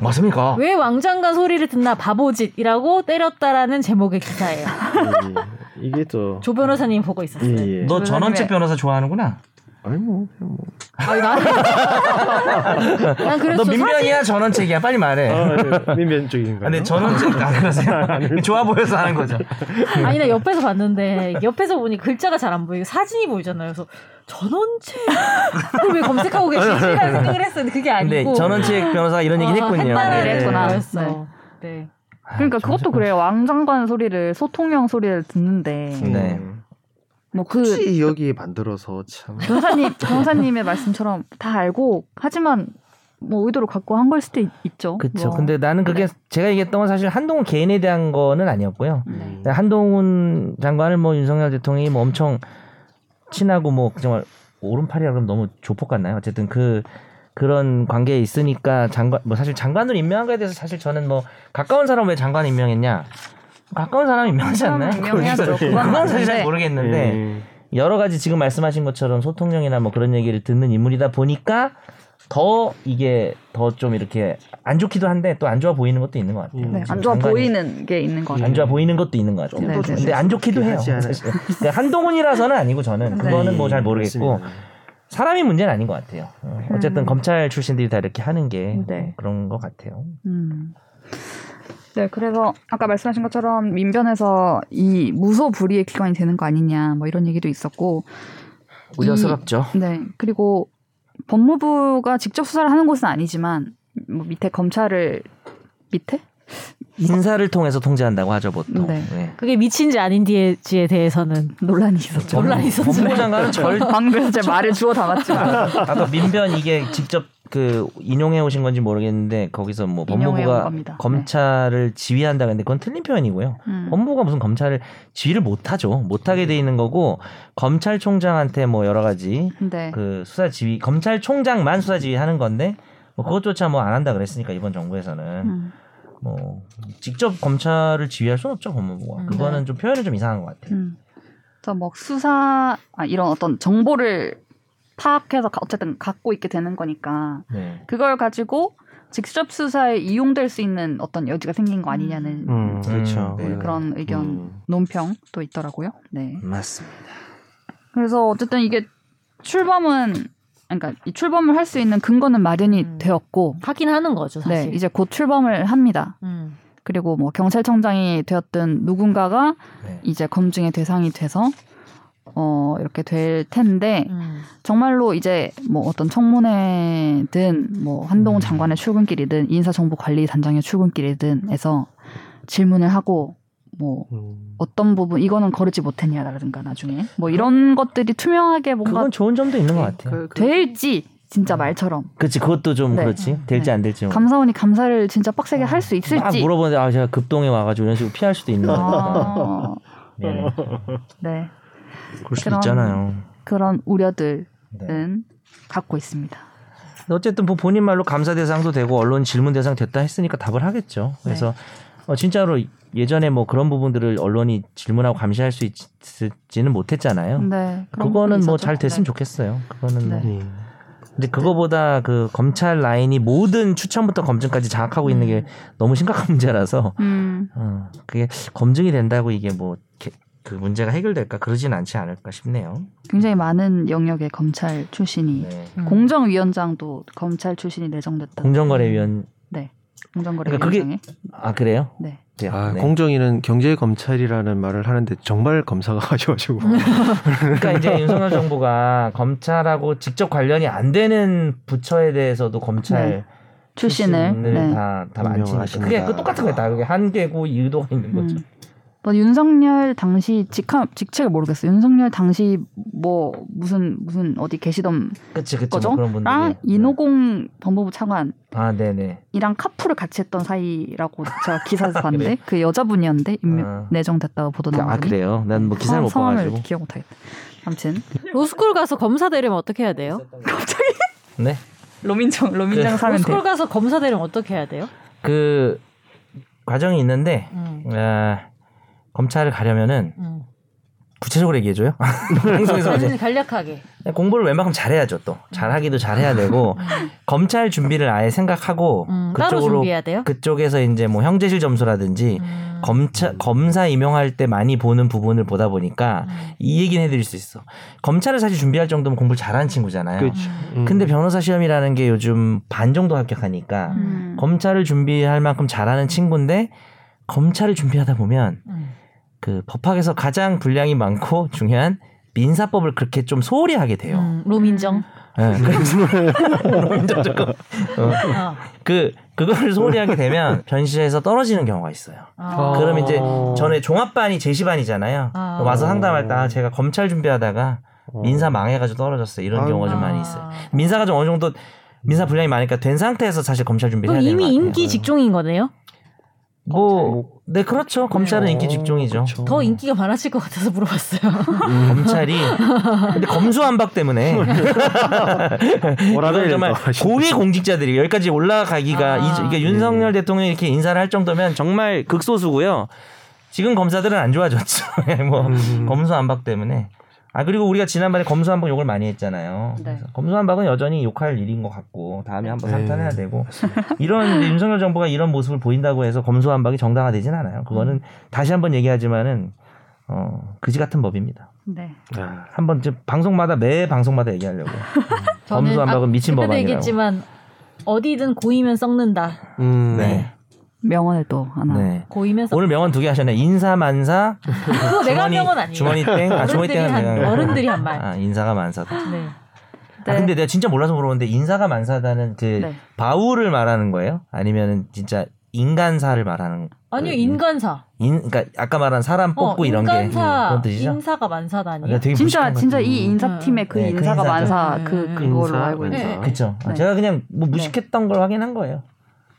C: 맞습니까?
B: 네. 왜 왕장관 소리를 듣나 바보짓이라고 때렸다라는 제목의 기사예요.
D: 이게 또 예.
B: 조 변호사님 보고 있었어요.
C: 네. 너 전원책 변호사 좋아하는구나.
D: 아니 뭐
B: 아니, 나는 난 그래서 아,
C: 너
B: 사-
C: 민변이야 전원책이야 빨리 말해.
D: 아, 네. 민변 쪽인가요?
C: 근데 전원책 아 그러세요? 좋아 보여서 하는 거죠. 그-
B: 아니 나 옆에서 봤는데 옆에서 보니 글자가 잘 안 보이고 사진이 보이잖아요. 그래서 전원책 그걸 왜 검색하고 계시지라는 생각을 했었는데 그게
C: 근데
B: 아니고
C: 전원책 변호사가 이런 얘기를
B: 아,
C: 했군요.
B: 했다라는
A: 네. 했구나.
B: 거였어. 네.
C: 아,
A: 그러니까 그것도 그래요. 왕장관 소리를 소통형 소리를 듣는데
D: 음.
C: 네.
A: 뭐 그
D: 혹시 여기에 만들어서 참
A: 변사님 변사님의 말씀처럼 다 알고 하지만 뭐 의도를 갖고 한 걸 수도 있, 죠 뭐.
C: 그렇죠.
B: 뭐.
C: 근데 나는 그게 제가 얘기했던 건 사실 한동훈 개인에 대한 거는 아니었고요.
D: 음.
A: 네.
C: 한동훈 장관을 뭐 윤석열 대통령이 뭐 엄청 친하고 뭐 정말 오른팔이라 그러면 너무 조폭 같나요? 어쨌든 그 그런 관계에 있으니까 장관 뭐 사실 장관으로 임명한 거에 대해서 사실 저는 뭐 가까운 사람 왜 장관 임명했냐? 가까운 사람 임명하지 않나요?
A: 사람 임명해야죠. 그건
C: 그건 사실 잘
A: 맞는데.
C: 모르겠는데
D: 예. 네.
C: 여러 가지 지금 말씀하신 것처럼 소통령이나 뭐 그런 얘기를 듣는 인물이다 보니까 더 이게 더 좀 이렇게 안 좋기도 한데 또 안 좋아 보이는 것도 있는 것 같아요.
D: 음.
A: 네,
C: 지금
A: 안 좋아
C: 장관이
A: 보이는 게 있는 것 같아요.
C: 안 좋아 보이는 것도 있는 것 같아요.
A: 좀더 조심스럽게
C: 네, 근데 안 좋기도 해요.
D: 하지 않아요?
C: 사실. 근데 한동훈이라서는 아니고 저는
A: 네.
C: 그거는 뭐 잘 모르겠고 사람이 문제는 아닌 것 같아요. 어, 어쨌든
A: 음.
C: 검찰 출신들이 다 이렇게 하는 게뭐
A: 네.
C: 그런 것 같아요.
A: 음. 네, 그래서 아까 말씀하신 것처럼 민변에서 이 무소불위의 기관이 되는 거 아니냐 뭐 이런 얘기도 있었고
C: 우려스럽죠.
A: 네. 그리고 법무부가 직접 수사를 하는 곳은 아니지만 뭐 밑에 검찰을 밑에
C: 인사를 통해서 통제한다고 하죠 보통.
A: 네.
C: 네.
B: 그게 미친지 아닌지에 대해서는
A: 논란이
C: 어,
A: 있었죠.
B: 논란이 있었죠.
C: 법무장관은 절
A: 방금에서 제 말을 주워 담았지만
C: 아까 그러니까 민변 이게 직접 그 인용해 오신 건지 모르겠는데 거기서 뭐
A: 인용해 온
C: 법무부가
A: 겁니다.
C: 검찰을 지휘한다 근데 그건 틀린 표현이고요.
A: 음.
C: 법무부가 무슨 검찰을 지휘를 못 하죠. 못 하게 돼 있는 거고 검찰총장한테 뭐 여러 가지
A: 근데
C: 그 수사 지휘 검찰총장만 수사 지휘하는 건데 뭐 그것조차 뭐 안 한다 그랬으니까 이번 정부에서는
A: 음.
C: 뭐 직접 검찰을 지휘할 수는 없죠 법무부가
B: 음.
C: 그거는
A: 네.
C: 좀 표현이 좀 이상한 것 같아요.
A: 음. 그래서 뭐 수사 아, 이런 어떤 정보를 파악해서 가- 어쨌든 갖고 있게 되는 거니까
C: 네.
A: 그걸 가지고 직접 수사에 이용될 수 있는 어떤 여지가 생긴 거 아니냐는
D: 음, 그렇죠.
C: 음, 네.
A: 그런 의견
D: 음.
A: 논평도 있더라고요. 네.
C: 맞습니다.
A: 그래서 어쨌든 이게 출범은 그러니까 이 출범을 할 수 있는 근거는 마련이
B: 음.
A: 되었고
B: 하긴 하는 거죠 사실.
A: 네, 이제 곧 출범을 합니다.
B: 음.
A: 그리고 뭐 경찰청장이 되었든 누군가가
C: 네.
A: 이제 검증의 대상이 돼서 어 이렇게 될 텐데
B: 음.
A: 정말로 이제 뭐 어떤 청문회든 뭐
C: 음.
A: 한동훈 장관의 출근길이든 인사정보관리단장의 출근길이든 해서 질문을 하고 뭐
D: 음.
A: 어떤 부분 이거는 거르지 못했냐라든가 나중에 뭐 이런 것들이 투명하게 뭔가 네,
C: 그건 그 음. 좋은 점도 있는 것 같아요.
A: 될지 진짜 말처럼
C: 그렇지 그것도 좀
A: 네.
C: 그렇지 될지
A: 네.
C: 안 될지 좀
A: 감사원이 감사를 진짜 빡세게 할 수
C: 막
A: 있을지
C: 물어보는데 아 제가 급동에 와가지고 이런 식으로 피할 수도 있는 거니까
A: 아,
C: 네.
A: 네
C: 그럴 수도
A: 그런-
C: 있잖아요.
A: 그런 우려들은
C: 네.
A: 갖고 있습니다.
C: 근데 어쨌든 뭐 본인
A: 네.
C: 말로 감사 대상도 되고 언론 질문 대상 됐다 했으니까 답을 하겠죠. 그래서 어, 진짜로 예전에 뭐 그런 부분들을 언론이 질문하고 감시할 수 있지는 못했잖아요.
A: 네. 그런
C: 음. 그거는
A: 부분이
C: 뭐
A: 있었죠.
C: 잘 됐으면
A: 네.
C: 좋겠어요. 그거는 뭐.
A: 네.
C: 근데 그거보다 그 검찰 라인이 모든 추천부터 검증까지 장악하고 있는 게 너무 심각한 문제라서
A: 음.
C: 어, 그게 검증이 된다고 이게 뭐. 게- 그 문제가 해결될까 그러진 않지 않을까 싶네요.
A: 굉장히 많은 영역의 검찰 출신이
C: 네.
B: 음.
A: 공정위원장도 검찰 출신이 내정됐다.
C: 공정거래위원
A: 네. 공정거래
C: 그러니까 그게-
A: 위원장에.
C: 아 그래요?
A: 네.
C: 네.
D: 아,
C: 네.
D: 공정위는 경제 검찰이라는 말을 하는데 정말 검사가 가져가지고
C: 그러니까 이제 윤석열 정부가 검찰하고 직접 관련이 안 되는 부처에 대해서도 검찰
A: 네, 출신을. 네.
C: 다다안
D: 임명을
C: 치니까
D: 하신다.
C: 그게 그 똑같은 거다. 그게 한계고 의도가 있는 거죠.
A: 음. 뭐 윤석열 당시 직함 직책을 모르겠어요. 윤석열 당시 뭐 무슨 무슨 어디 계시던
C: 그치 그치
A: 거죠?
C: 뭐 그런 분들이
A: 랑 이노공 법무부 차관
C: 아 네네
A: 이랑 카풀을 같이 했던 사이라고 제가 기사에서 봤는데 그 여자분이었는데 임명-
C: 네. 아.
A: 내정됐다고 보도 나온 분이
C: 아
A: 어,
C: 그래요? 난 뭐 기사를 못
A: 성함을
C: 봐가지고
A: 기억 못하겠다. 아무튼
B: 로스쿨 가서 검사 되려면 어떻게 해야 돼요?
A: 갑자기
C: 네.
A: 로민정 로민정
C: 그-
A: 사면
B: 로스쿨
A: 돼.
B: 가서 검사 되려면 어떻게 해야 돼요?
C: 그 과정이 있는데
B: 음.
C: 아, 검찰을 가려면은
B: 음.
C: 구체적으로 얘기해줘요. 방송에서 이제
B: 완전히 간략하게.
A: 음.
C: 공부를 웬만큼 잘해야죠 또 잘하기도 잘해야 되고 검찰 준비를 아예 생각하고
B: 음, 따로
C: 그쪽으로
B: 준비해야 돼요?
C: 그쪽에서 이제 뭐 형제실 점수라든지
B: 음.
C: 검차, 검사 임용할 때 많이 보는 부분을 보다 보니까
B: 음.
C: 이 얘기는 해드릴 수 있어. 검찰을 사실 준비할 정도면 공부를 잘하는 친구잖아요.
D: 그렇죠. 음.
C: 근데 변호사 시험이라는 게 요즘 반 정도 합격하니까
A: 음.
C: 검찰을 준비할 만큼 잘하는 친구인데 검찰을 준비하다 보면
B: 음.
C: 그 법학에서 가장 분량이 많고 중요한 민사법을 그렇게 좀 소홀히 하게 돼요.
B: 음, 로민정.
C: 예, 그래서 인정 조금. 어,
B: 어.
C: 그 그걸 소홀히 하게 되면 변시에서 떨어지는 경우가 있어요.
B: 어.
C: 그럼 이제
D: 어.
C: 전에 종합반이 제시반이잖아요.
B: 아.
C: 와서 상담할 때 아, 제가 검찰 준비하다가
D: 어.
C: 민사 망해가지고 떨어졌어요. 이런
D: 아유.
C: 경우가 좀 많이 있어요. 민사가 좀 어느 정도 민사 분량이 많으니까 된 상태에서 사실 검찰 준비를
B: 그럼
C: 해야 되는 거
B: 이미
C: 같아요.
B: 인기 직종인 거네요?
C: 뭐, 네 그렇죠. 검찰은 인기 직종이죠.
D: 그렇죠.
B: 더 인기가 많아질 것 같아서 물어봤어요.
C: 검찰이 근데 검수완박 때문에
D: 뭐라도 음.
C: 이건
D: 해야
C: 정말
D: 된다고 하시네.
C: 고위 공직자들이 여기까지 올라가기가
B: 아.
C: 이, 그러니까 윤석열 대통령이 이렇게 인사를 할 정도면 정말 극소수고요. 지금 검사들은 안 좋아졌죠. 뭐
D: 음.
C: 검수안박 때문에. 아 그리고 우리가 지난번에 검수안박 욕을 많이 했잖아요.
A: 네.
C: 그래서 검수안박은 여전히 욕할 일인 것 같고 다음에 한번
D: 네.
C: 상탄해야 되고 이런 이제 윤석열 정부가 이런 모습을 보인다고 해서 검수안박이 정당화되진 않아요. 그거는 다시 한번 얘기하지만은 어 그지 같은 법입니다.
A: 네.
D: 아,
C: 한번 이제 방송마다 매 방송마다 얘기하려고.
B: 저는
C: 검수완박은
B: 아,
C: 미친
B: 그때도
C: 법안이라고.
B: 얘기했지만 어디든 고이면 썩는다.
D: 음.
C: 네.
A: 명언을 또 하나.
C: 네.
B: 고이면 썩.
C: 오늘 명언 두 개 하셨네. 인사 만사.
B: 그거 내가 한 명은 아니에요.
C: 주머니 땡. 아, 주머니
B: 어른들이
C: 땡은
B: 한
C: 내가.
B: 어른들이 한 말.
C: 아, 인사가 만사다.
B: 네.
C: 아, 근데 내가 진짜 몰라서 물어보는데 인사가 만사다는 그
A: 네.
C: 바울을 말하는 거예요? 아니면은 진짜 인간사를 말하는
B: 아니요
C: 그
B: 인간사.
C: 인 그러니까 아까 말한 사람
B: 어,
C: 뽑고 이런 게 음,
B: 인간사,
C: 그런 뜻이죠?
B: 인사가 만사다니.
C: 그러니까 되게
A: 진짜
C: 무식한 것
A: 진짜
C: 같아요.
A: 이 인사팀의 그
C: 네, 그
A: 인사가
C: 인사죠.
A: 만사
B: 네,
A: 그
B: 네,
A: 그걸로
D: 인사,
A: 알고 있어요.
D: 인사.
C: 그쵸
A: 네.
C: 제가 그냥 뭐 무식했던 걸 확인한 거예요.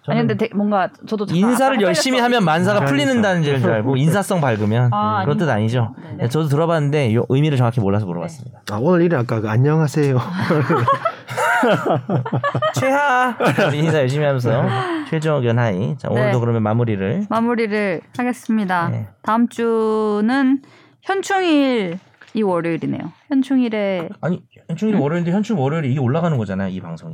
A: 아니
C: 저는
A: 근데 되- 뭔가 저도 잠깐
C: 인사를
A: 아까
C: 열심히 하면 만사가
D: 인사,
C: 풀리는다는 줄 알고 인사성 밝으면
B: 아,
C: 그런 뜻 아니죠?
B: 네.
C: 저도 들어봤는데 요 의미를 정확히 몰라서 물어봤습니다.
D: 아, 오늘 일은 아까 그 안녕하세요.
A: 네.
C: 최하 인사 열심히 하면서 최종 의견 하이 자 오늘도
A: 네.
C: 그러면 마무리를
A: 마무리를 하겠습니다.
C: 네.
A: 다음 주는 현충일이 월요일이네요. 현충일에
C: 아니 현충일이
A: 음.
C: 월요일인데 현충일 월요일에 이게 올라가는 거잖아요 이 방송이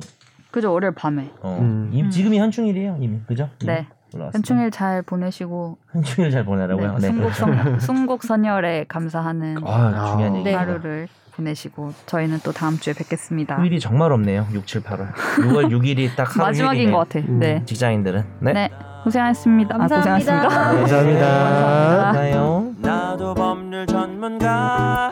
A: 그죠 월요일 밤에
C: 어.
D: 음.
C: 이- 지금이 현충일이에요 이미 그죠 이미
A: 네.
C: 올라왔어요.
A: 현충일 잘 보내시고
C: 현충일 잘 보내라고요 네, 그렇죠.
A: 순곡선 순곡선열에 감사하는
C: 아 중요한
D: 아,
C: 얘기
B: 네.
A: 하루를 보내시고 저희는 또 다음 주에 뵙겠습니다.
C: 휴일이 정말 없네요 6, 7, 8월 6월 6일이 딱 하루
A: 마지막인
C: 휴일이네요.
A: 것 같아. 요 네.
C: 직장인들은 네,
A: 네. 고생하셨습니다. 아, 고생하셨습니다.
D: 감사합니다.
C: 감사해요.
E: 나도 법률 전문가